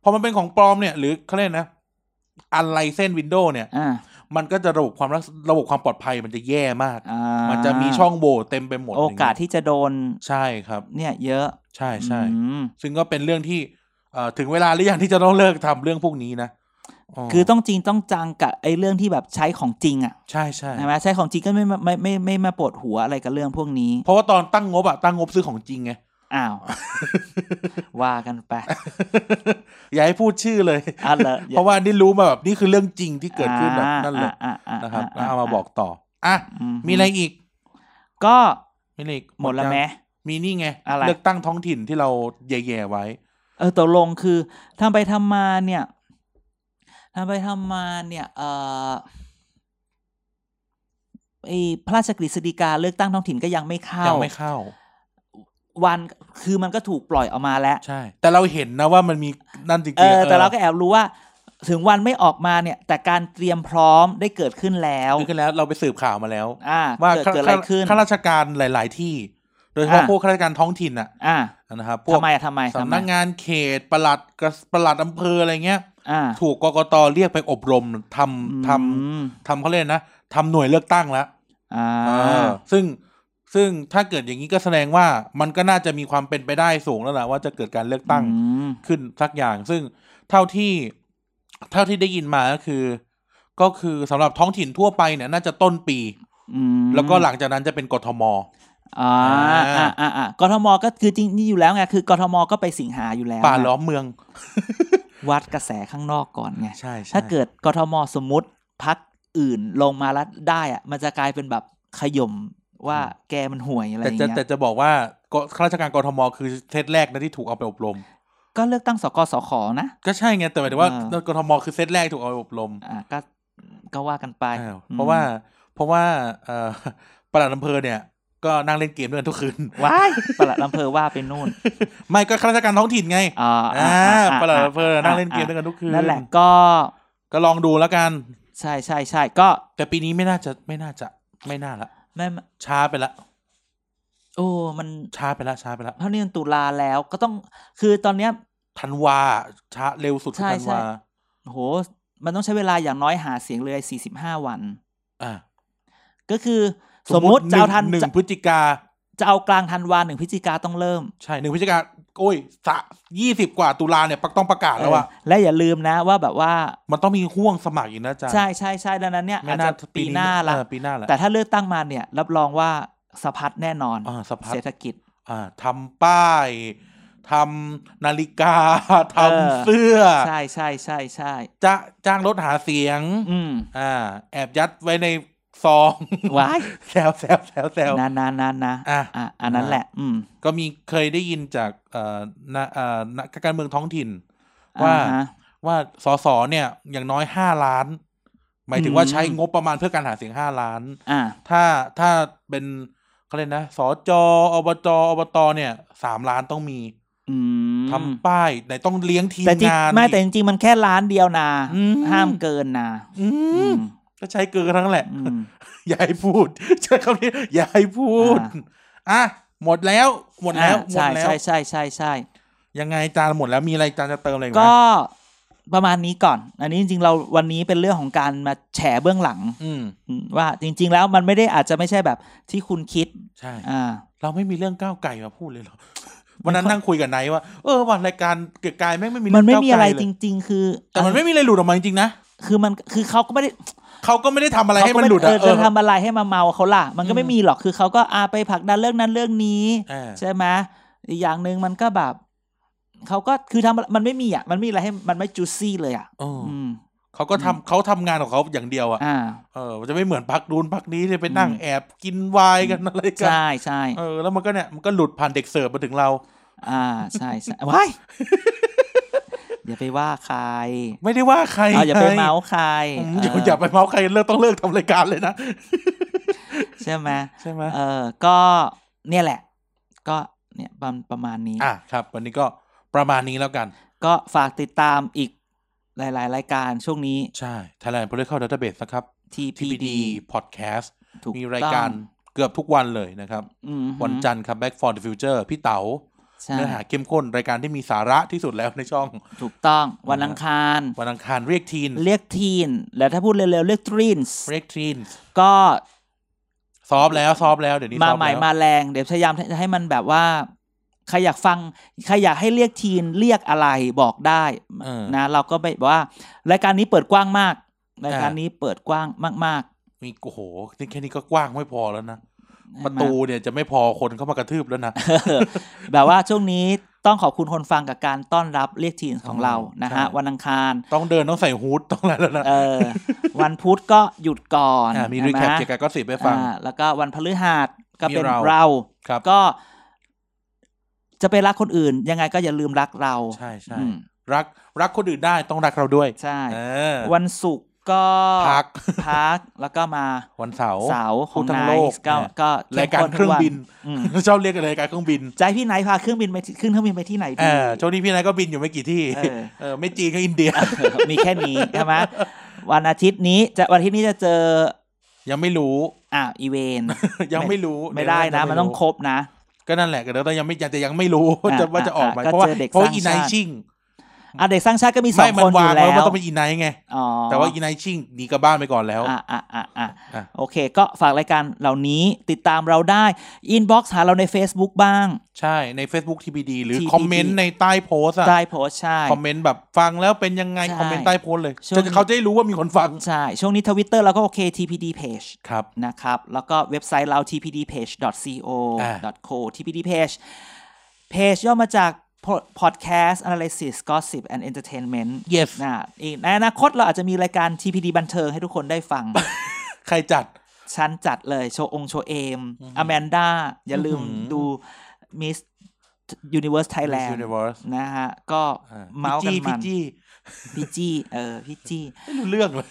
B: พอมันเป็นของปลอมเนี่ย หรือเขาเรียกนะอันไลเซนวินโดว์เนี่ย
A: อ่า
B: มันก็จะระบบความรักระบบความปลอดภัยมันจะแย่มาก
A: อ่า
B: มั
A: มัน
B: จะมีช่องโหว่เต็มไปหมด
A: โอกาสที่จะโดน
B: ใช่ครับ
A: เนี่ย เยอะ
B: ใช่ใช่
A: อืม
B: ซึ่งก็เป็นเรื่องที่เอ่อถึงเวลาหรือยังที่จะต้องเลิกทำเรื่องพวกนี้นะ
A: คือต้องจริงต้องจังกับไอ้เรื่องที่แบบใช้ของจริงอ่ะ
B: ใช่ใช่
A: ใช่ไหมใช้ของจริงก็ไม่ไม่ไม่ไม่มาปวดหัวอะไรกับเรื่องพวกนี้
B: เพราะว่าตอนตั้งงบอะตั้งงบซื้อของจริ
A: <laughs>
B: งไง
A: อ้าว
B: <laughs>
A: ว่ากันไป
B: อย่าให้พูดชื่อเลย
A: อ่ะเหรอ
B: เพราะว่านี่รู้มาแบบนี่คือเรื่องจริงที่เกิดขึ้นแบบนั่นเลย
A: อ่าอ่าอ่า
B: นะครับ
A: อ่
B: เอามาบอกต่ออ่ะ
A: อื
B: มีอะไรอีก
A: ก็
B: มีอะไรอีก
A: หมดละแม้
B: มีนี่ไง
A: อะไร
B: เลือกตั้งท้องถิ่นที่เราแย่ๆไว้
A: เออตกลงคือทำไปทำมาเนี่ยทำไปทำมาเนี่ยเออไอพระราชกฤษฎีกาเลือกตั้งท้องถิ่นก็ยังไม่เข้า
B: ยั
A: ย
B: งไม่เข้า
A: วันคือมันก็ถูกปล่อยออกมาแล้ว
B: ใช่ แต่เราเห็นนะว่ามันมีนั่นจริงๆ
A: เออแต่เรา
B: เ
A: ก็แอบรู้ว่า ถึงวันไม่ออกมาเนี่ย แต่การเตรียมพร้อมได้เกิดขึ้นแล้ว
B: คือกันแล้วเราไปสืบข่าวมาแล้ว
A: อ่า
B: ว่า
A: เกิดเกิ
B: ข้า
A: ดอะไรขึ้น
B: ข้าราชการหลาย ๆ ที่ โดยเฉพาะ
A: อ่ะ
B: พวกข้าราชการท้องถิ่นน่ะ
A: อ่า
B: นะครับพวก
A: ทำไมอะทำไมทำ
B: สำ
A: ไม
B: นักงานเขตประหลัดกระประหลัดอำเภออะไรเงี้ย
A: อ่า
B: ถูกกกตเรียกไปอบรมทำทำ
A: อืม
B: ทำเขาเรียกนะทำหน่วยเลือกตั้งแล้ว
A: อ่า
B: ซึ่งซึ่งถ้าเกิดอย่างนี้ก็แสดงว่ามันก็น่าจะมีความเป็นไปได้สูงแล้วแหละว่าจะเกิดการเลือกตั้ง
A: อืม
B: ขึ้นสักอย่าง ซึ่งเท่าที่เท่าที่ได้ยินมาก็คือ ก็คือสำหรับท้องถิ่นทั่วไปเนี่ยน่าจะต้นปี
A: อืม
B: แล้วก็หลังจากนั้นจะเป็นกทม
A: อ่า
B: อ่า
A: อ่าอ่าอ่ากทมก็คือจริงนี่อยู่แล้วไงคือกทมก็ไปสิงหาอยู่แล้ว
B: ป่า
A: นะ
B: ล้อมเมือง
A: วัดกระแสข้างนอกก่อนไง
B: ใช่ใช่
A: ถ้าเกิดกทมสมมติพักอื่นลงมาแล้วได้อะมันจะกลายเป็นแบบขย่มว่าแกมันห่วยอะไรอ
B: แต่
A: ย่าง
B: จะ
A: เงี้
B: แต่
A: ย
B: จะบอกว่าก็ข้าราชการกทม คือเซตแรกนะที่ถูกเอาไปอบรม
A: ก็เลือกตั้งสกสขนะ
B: ก็ใช่ไงแต่หมายถึงว่า
A: อ่า
B: กทม คือเซตแรกถูกเอาไปอบรม
A: อ่าก็ก็ว่ากันไป
B: อ้าว
A: อืม
B: เพราะว่าเพราะว่าเอ่ <laughs> อประหลัดอำเภอเนี่ย ก็นั่งเล่นเกมด้วยกันทุกคืน
A: ว้ายประหลัดอำเภอว่าไปนู่น
B: ไม่ก็ข้าราชการท้องถิ่นไง
A: อ่าอ่าอ่
B: อ่า
A: าอ่า
B: ประหลัดอำเภอนั่งเล่นเกมด้วย
A: อ่า
B: กันทุกคืน
A: นั่นแหละก็
B: ก็ลองดูแล้วกัน
A: ใช่ใช่ใช่ก็
B: แต่ปีนี้ไม่น่าจะไม่น่าจะไม่น่าละ
A: ไม่ไม่
B: ช้าไปละ
A: โอ้มัน
B: ช้าไปละช้าไปละ
A: เท่านี้มันตุลาแล้วก็ต้องคือตอนเนี้ย
B: ธันวาช้าเร็วสุดคือ
A: ใช่
B: ธันวา
A: ใช่ โห มันต้องใช้เวลาอย่างน้อยหาเสียงเลย 45 วัน
B: อ่า
A: ก็คือสมมติจะเอาทัน
B: หนึ่ง
A: จะ
B: พฤศจิกา
A: จะเอากลางธันวาหนึ่งพฤศจิกาต้องเริ่ม
B: ใช่หนึ่งพฤศจิกาโอ้ยสะยี่สิบกว่าตุลาเนี่ยปักต้องประกาศแล้วอะ
A: เออและอย่าลืมนะว่าแบบว่า
B: มันต้องมีห่วงสมัครอีกนะอาจ๊ะ
A: ใช่ใช่ใช่ดังนั้นเนี่ยอาจจะปีหน้าละ
B: ปีหน้าละ
A: แต่ถ้าเลือกตั้งมาเนี่ย รับรองว่าสะพัดแน่นอน
B: อ่าสภา
A: เศรษฐกิจ
B: อ่าทำป้ายทำนาฬิกา
A: เออ
B: <laughs> ทำเสื้อ
A: ใช่ใช่ใช่ใช่
B: จะจ้างรถหาเสียง
A: อืม
B: อ่า แอบยัดไว้ในซอง
A: ว้าย
B: แซวแซวแซวแซว
A: นานนานนานนะ
B: อ่ะ
A: อ่ะอันนั้นแหละ อืม
B: ก็มีเคยได้ยินจากเอ่อนะเอ่อนักการเมืองท้องถิ่น ว่า
A: อ่ฮะ
B: ว่าสสเนี่ย อย่างน้อยห้าล้าน หมายถึงว่า
A: อืม
B: ใช้งบประมาณเพื่อการหาเสียงห้าล้าน
A: อ่า
B: ถ้าถ้าเป็น เขาเรียกนะสจอบจอบตเนี่ยสามล้านต้องมี
A: อืม
B: ทำป้ายไหนต้องเลี้ยงทีม
A: แต่จริง
B: งาน
A: ไม่
B: อีก
A: แต่จริงๆมันแค่ร้านเดียวนะ
B: อืม
A: ห้ามเกินนะ
B: อืมก็ใช้เกินกันทั้งนั้นแหละ
A: อืม
B: อย่าให้พูดใช้คำนี้อย่าให้พูด
A: อ่า
B: อ่ะหมดแล้ว หมดแล้ว
A: อ่า
B: หมด
A: ใช่
B: แล้ว
A: ใช่ใช่ใช่ใช่
B: ยังไงจานหมดแล้วมีอะไรจานจะเติมอะไรอีไหม
A: ก็ประมาณนี้ก่อน อันนี้จริงๆเราวันนี้เป็นเรื่องของการมาแฉเบื้องหลัง
B: อืม
A: อืมว่าจริง ๆ แล้วมันไม่ได้อาจจะไม่ใช่แบบที่คุณคิด
B: ใช่
A: อ่า
B: เราไม่มีเรื่องก้าวไก่มาพูดเลยเหรอ <laughs> วันนั้นนั่งคุยกับไนท์ว่า เออว่ารายการเกี่ยวกับกายแม่งไม่มี
A: มั
B: เง
A: นไม่มีอะไร
B: ก้าวกล
A: จ
B: เลย
A: ริง ๆ คือ
B: แต่มันไม่มีอะไรหลุดออกมาจริงๆนะ
A: คือมันคือเขาก็ไม่ได้
B: เขาก็ไม่ได้ทำอะไรให้มัน
A: เขาก็
B: หลุด
A: ไเอ
B: อะ
A: อ
B: เอ
A: จะ
B: อ
A: ทำอะไรให้มาเมาเขาล่ะ มันก็ไม่
B: อืม
A: มีหรอกคือเขาก็อาไปผลักดันเรื่องนั้นเรื่องนี้
B: อ่า
A: ใช่ไหมอีกอย่างหนึ่งมันก็แบบเขาก็คือทำมันไม่มีอ่ะมันไม่มีอะไรให้มันไม่จูซี่เลยอ่ะ
B: เออ
A: อืม
B: เขาก็ทำเขาทำงานของเขาอย่างเดียวอะ
A: อ่า
B: เออมันจะไม่เหมือนพักดูนพักนี้ที่ไปนั่ง
A: อืม
B: แอบกินไวน์กันอะไรกัน
A: ใช่ใช่
B: เออแล้วมันก็เนี่ยมันก็หลุดผ่านเด็กเสิร์ฟมาถึงเรา
A: อ่าใช่ใช่ว้าย <laughs> อย่าไปว่าใคร
B: ไม่ได้ว่าใคร
A: เอาอย่าไป
B: ง
A: เมาส์ใคร
B: อืม
A: เอ
B: อย่า
A: อ
B: อย่าไปเมาส์ใครเลิกต้องเลิกทำรายการเลยนะ
A: ใช่ไหม
B: ใช่ไหม
A: เออก็เนี่ยแหละ ก็เนี่ยประประมาณนี้
B: อ่ะครับ วันนี้ก็ประมาณนี้แล้วกัน
A: ก็ฝากติดตามอีกหลาย ๆ รายการช่วงนี้
B: ใช่ Thailand Political Database นะครับ
A: TPD
B: TPD Podcast
A: ถูก
B: มีรายการเกือบทุกวันเลยนะครับ
A: อืม
B: วันจันทร์ครับ Back for the Future พี่เต๋า
A: ใช่
B: เนื้อหาเข้มข้น รายการที่มีสาระที่สุดแล้วใน
A: <laughs>
B: ช่อง
A: ถูกต้องวัน
B: นะฮะ
A: อังคาร
B: วันอังคารเรียกทีน
A: เรียกทีน แล้วถ้าพูดเร็ว ๆ เรียกทรีนส์
B: เรียกทีน
A: ก็
B: ซอฟแล้วซอฟแล้วเดี๋ยวนี้
A: มา
B: ซอฟ
A: ใหม่
B: แล้ว
A: มาแรง เดี๋ยวพยายามจะให้มันแบบว่า ใครอยากฟัง ใครอยากให้เรียกทีนเรียกอะไรบอกได้
B: เออ
A: นะเราก็ไม่ว่ารายการนี้เปิดกว้างมาก รายการ
B: อ่านี้
A: นี้เปิดกว้างมาก
B: มีโอ้โหนี่แค่นี้ก็กว้างไม่พอแล้วนะ
A: ๆ
B: ประ
A: ใช่ไหม
B: ตูเนี่ยจะไม่พอคนเข้ามากระทืบ
A: <laughs>
B: แล้วนะ
A: แบบว่าช่วงนี้ต้องขอบคุณคนฟังกับการต้อนรับเรียกทีนของเรานะฮะ
B: ใช่
A: วันอังคาร
B: ต้องเดินต้องใส่ฮูดต้องอะไรแล้วนะ
A: เออ <laughs> วันพุธก็หยุดก่อน
B: อ่ามี
A: ใช่
B: รี
A: ไห
B: แคปเกี่ยวกับก็สิบไปฟัง
A: อ่าแล้วก็วันพฤหัสก็เป็น
B: มีเรา
A: เรา
B: ครับ
A: ก็ จะไปรักคนอื่น ยังไงก็อย่าลืมรักเรา
B: ใช่ใช่
A: อืม
B: รักรักคนอื่นได้ต้องรักเราด้วย
A: ใช่
B: เออ
A: วันศุกร์ก็
B: พัก
A: พักแล้วก็มา
B: วันเสาร์
A: เสาร์ขอ
B: พูด
A: ง
B: ทั้ง
A: นาย
B: โลก
A: ก็ก็
B: เนี่ยรายการเครื่องบิน
A: อืม
B: <laughs> ชอบเรียกกันรายการเครื่องบิน
A: จะให้พี่ไนท์พาเครื่องบินไปที่ขึ้นเครื่องบินไปที่ไหน
B: เอ
A: ดี
B: อช่วงนี้พี่นายก็บินอยู่ไม่กี่ที่
A: เออ
B: เออไม่จีนก็อินเดีย
A: เออมีแค่นี้ใช่ไหมวันอาทิตย์นี้จะวันอาทิตย์นี้จะเจอ
B: <laughs> ยังไม่รู้
A: อ่าอีเวน
B: ยังไม่รู้
A: ไม่ได้นะ
B: เยว
A: มันต้องครบนะ
B: ก็นั่นแหละก็เดี๋ยวต้องยังไม่ยังแต่ยังไม่รู้ <laughs> ว่า
A: อ่ะ
B: จะว่าจะออกไหม
A: อ่ะ
B: เพราะว่า
A: ก็เจอเด็ก
B: เพราะว่า
A: สร้าง
B: อีไนท์
A: ชาติ
B: ชิ่ง
A: อ่ะเด็กสร้างชาติก็มีสอ
B: ไม่
A: ง
B: มั
A: คน นอ
B: วาง
A: ยู่
B: ไว้
A: แล้ว
B: ว่าต้องเป็นอีไนท์ไง
A: อ๋อ
B: แต่ว่าอีไนท์ชิ่งหนีกลับบ้านไปก่อนแล้ว
A: อ่ะอ่ะอ่ะอ่ะ
B: อ่ะ
A: โอเค ก็ฝากรายการเหล่านี้ติดตามเราได้อินบ็อกซ์หาเราใน Facebook บ้าง
B: ใช่ใน Facebook TPD หรือ
A: TPD
B: คอมเมนต์ในใต้โพสต์อะ
A: ใต้โพสต์ใช่
B: คอมเมนต์แบบฟังแล้วเป็นยังไง
A: ใช่
B: คอมเมนต์ใต้โพสต์เลย
A: ช่วงนี้
B: จะเขาจะได้รู้ว่ามีคนฟัง
A: ใช่ ช่วงนี้ทวิตเตอร์เราก็โอเค TPD page
B: ครับ
A: นะครับ แล้วก็เว็บไซต์เรา tpdpage.co
B: อ่า
A: co tpdpage page ย่อมาจาก po- podcast analysis gossip and entertainment
B: yes
A: นะอีกในอนาคตเราอาจจะมีรายการ tpd บันเทิงให้ทุกคนได้
B: <laughs>
A: ฟัง
B: ใครจัด
A: ชั้นจัดเลย โชว์องค์โชว์เอมอแมนด้าอย่าลืม
B: อื้อหือ
A: ดู Miss Universe Thailand
B: Miss Universe
A: นะฮะ ก็เมาส์กัน
B: พี่
A: มัน
B: จี้
A: พี่จี้เออพี่จี้ <laughs>
B: พี่จี้ไม่รู้เรื่องเลย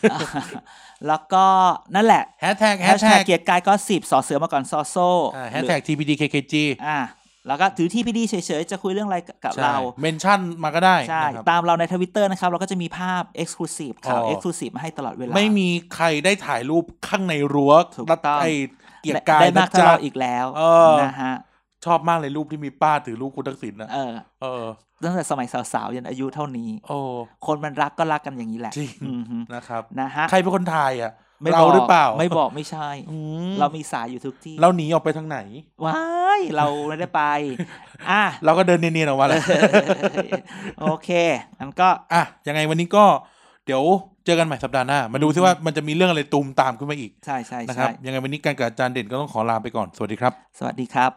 A: แล้วก็นั่นแหละ
B: แฮชแท็ก
A: แฮ
B: แฮ
A: ช
B: ช
A: แท็
B: แท็
A: ก
B: ก
A: เกียรติกายก็สิบสอเสือมาก่อนซอโซ่
B: แฮชแท็ก tpdkkg
A: อ่า แล้วก็ถือที่พี่ดีเฉยๆ จะคุยเรื่องอะไรกับเรา
B: เมนชั่นมาก็ได้
A: ใช่
B: นะครับ
A: ตามเราในทวิตเตอร์นะครับ เราก็จะมีภาพ Exclusive ข่าว
B: อ๋อ
A: Exclusive มาให้ตลอดเวลา
B: ไม่มีใครได้ถ่ายรูปข้างในรั้ว
A: ถูก
B: รัฐ
A: ต้อง
B: ไอเกียรติกาย
A: ได้มาก
B: นะ
A: เท่า
B: จ๊ะ
A: เราอีกแล้ว
B: เออ
A: นะฮะ
B: ชอบมากเลยรูปที่มีป้าถือรูปคุณทักษิณนะ
A: เออ
B: เออ
A: ตั้งแต่สมัยสาวๆ ยันอายุเท่านี้
B: โอ้
A: คนมันรักก็รักกันอย่างนี้แหละ
B: จริง
A: อือฮึ
B: นะครับ
A: นะฮะ
B: ใครเป็นคนถ่ายอ่ะ
A: ไม่
B: เรา
A: บก
B: หรือเปล่า
A: ไม่บอกไม่ใช่
B: อืม
A: เรามีสายอยู่ทุกที่
B: เราหนีออกไปทางไหน
A: ว้ายเราไม่ได้ไป อ่ะ <laughs>
B: เราก็เดินเนียนๆออกมาแล้ว
A: โอเคอันก็
B: อ่ะยังไงวันนี้ก็เดี๋ยวเจอกันใหม่สัปดาห์หน้ามาดูซิว่ามันจะมีเรื่องอะไรตูมตามขึ้นมาอีก
A: ใช่ใช่
B: นะครับ
A: ใช่
B: ยังไงวันนี้การกับอาจารย์เด่นก็ต้องขอลาไปก่อน สวัสดีครับ
A: สวัสดีครับ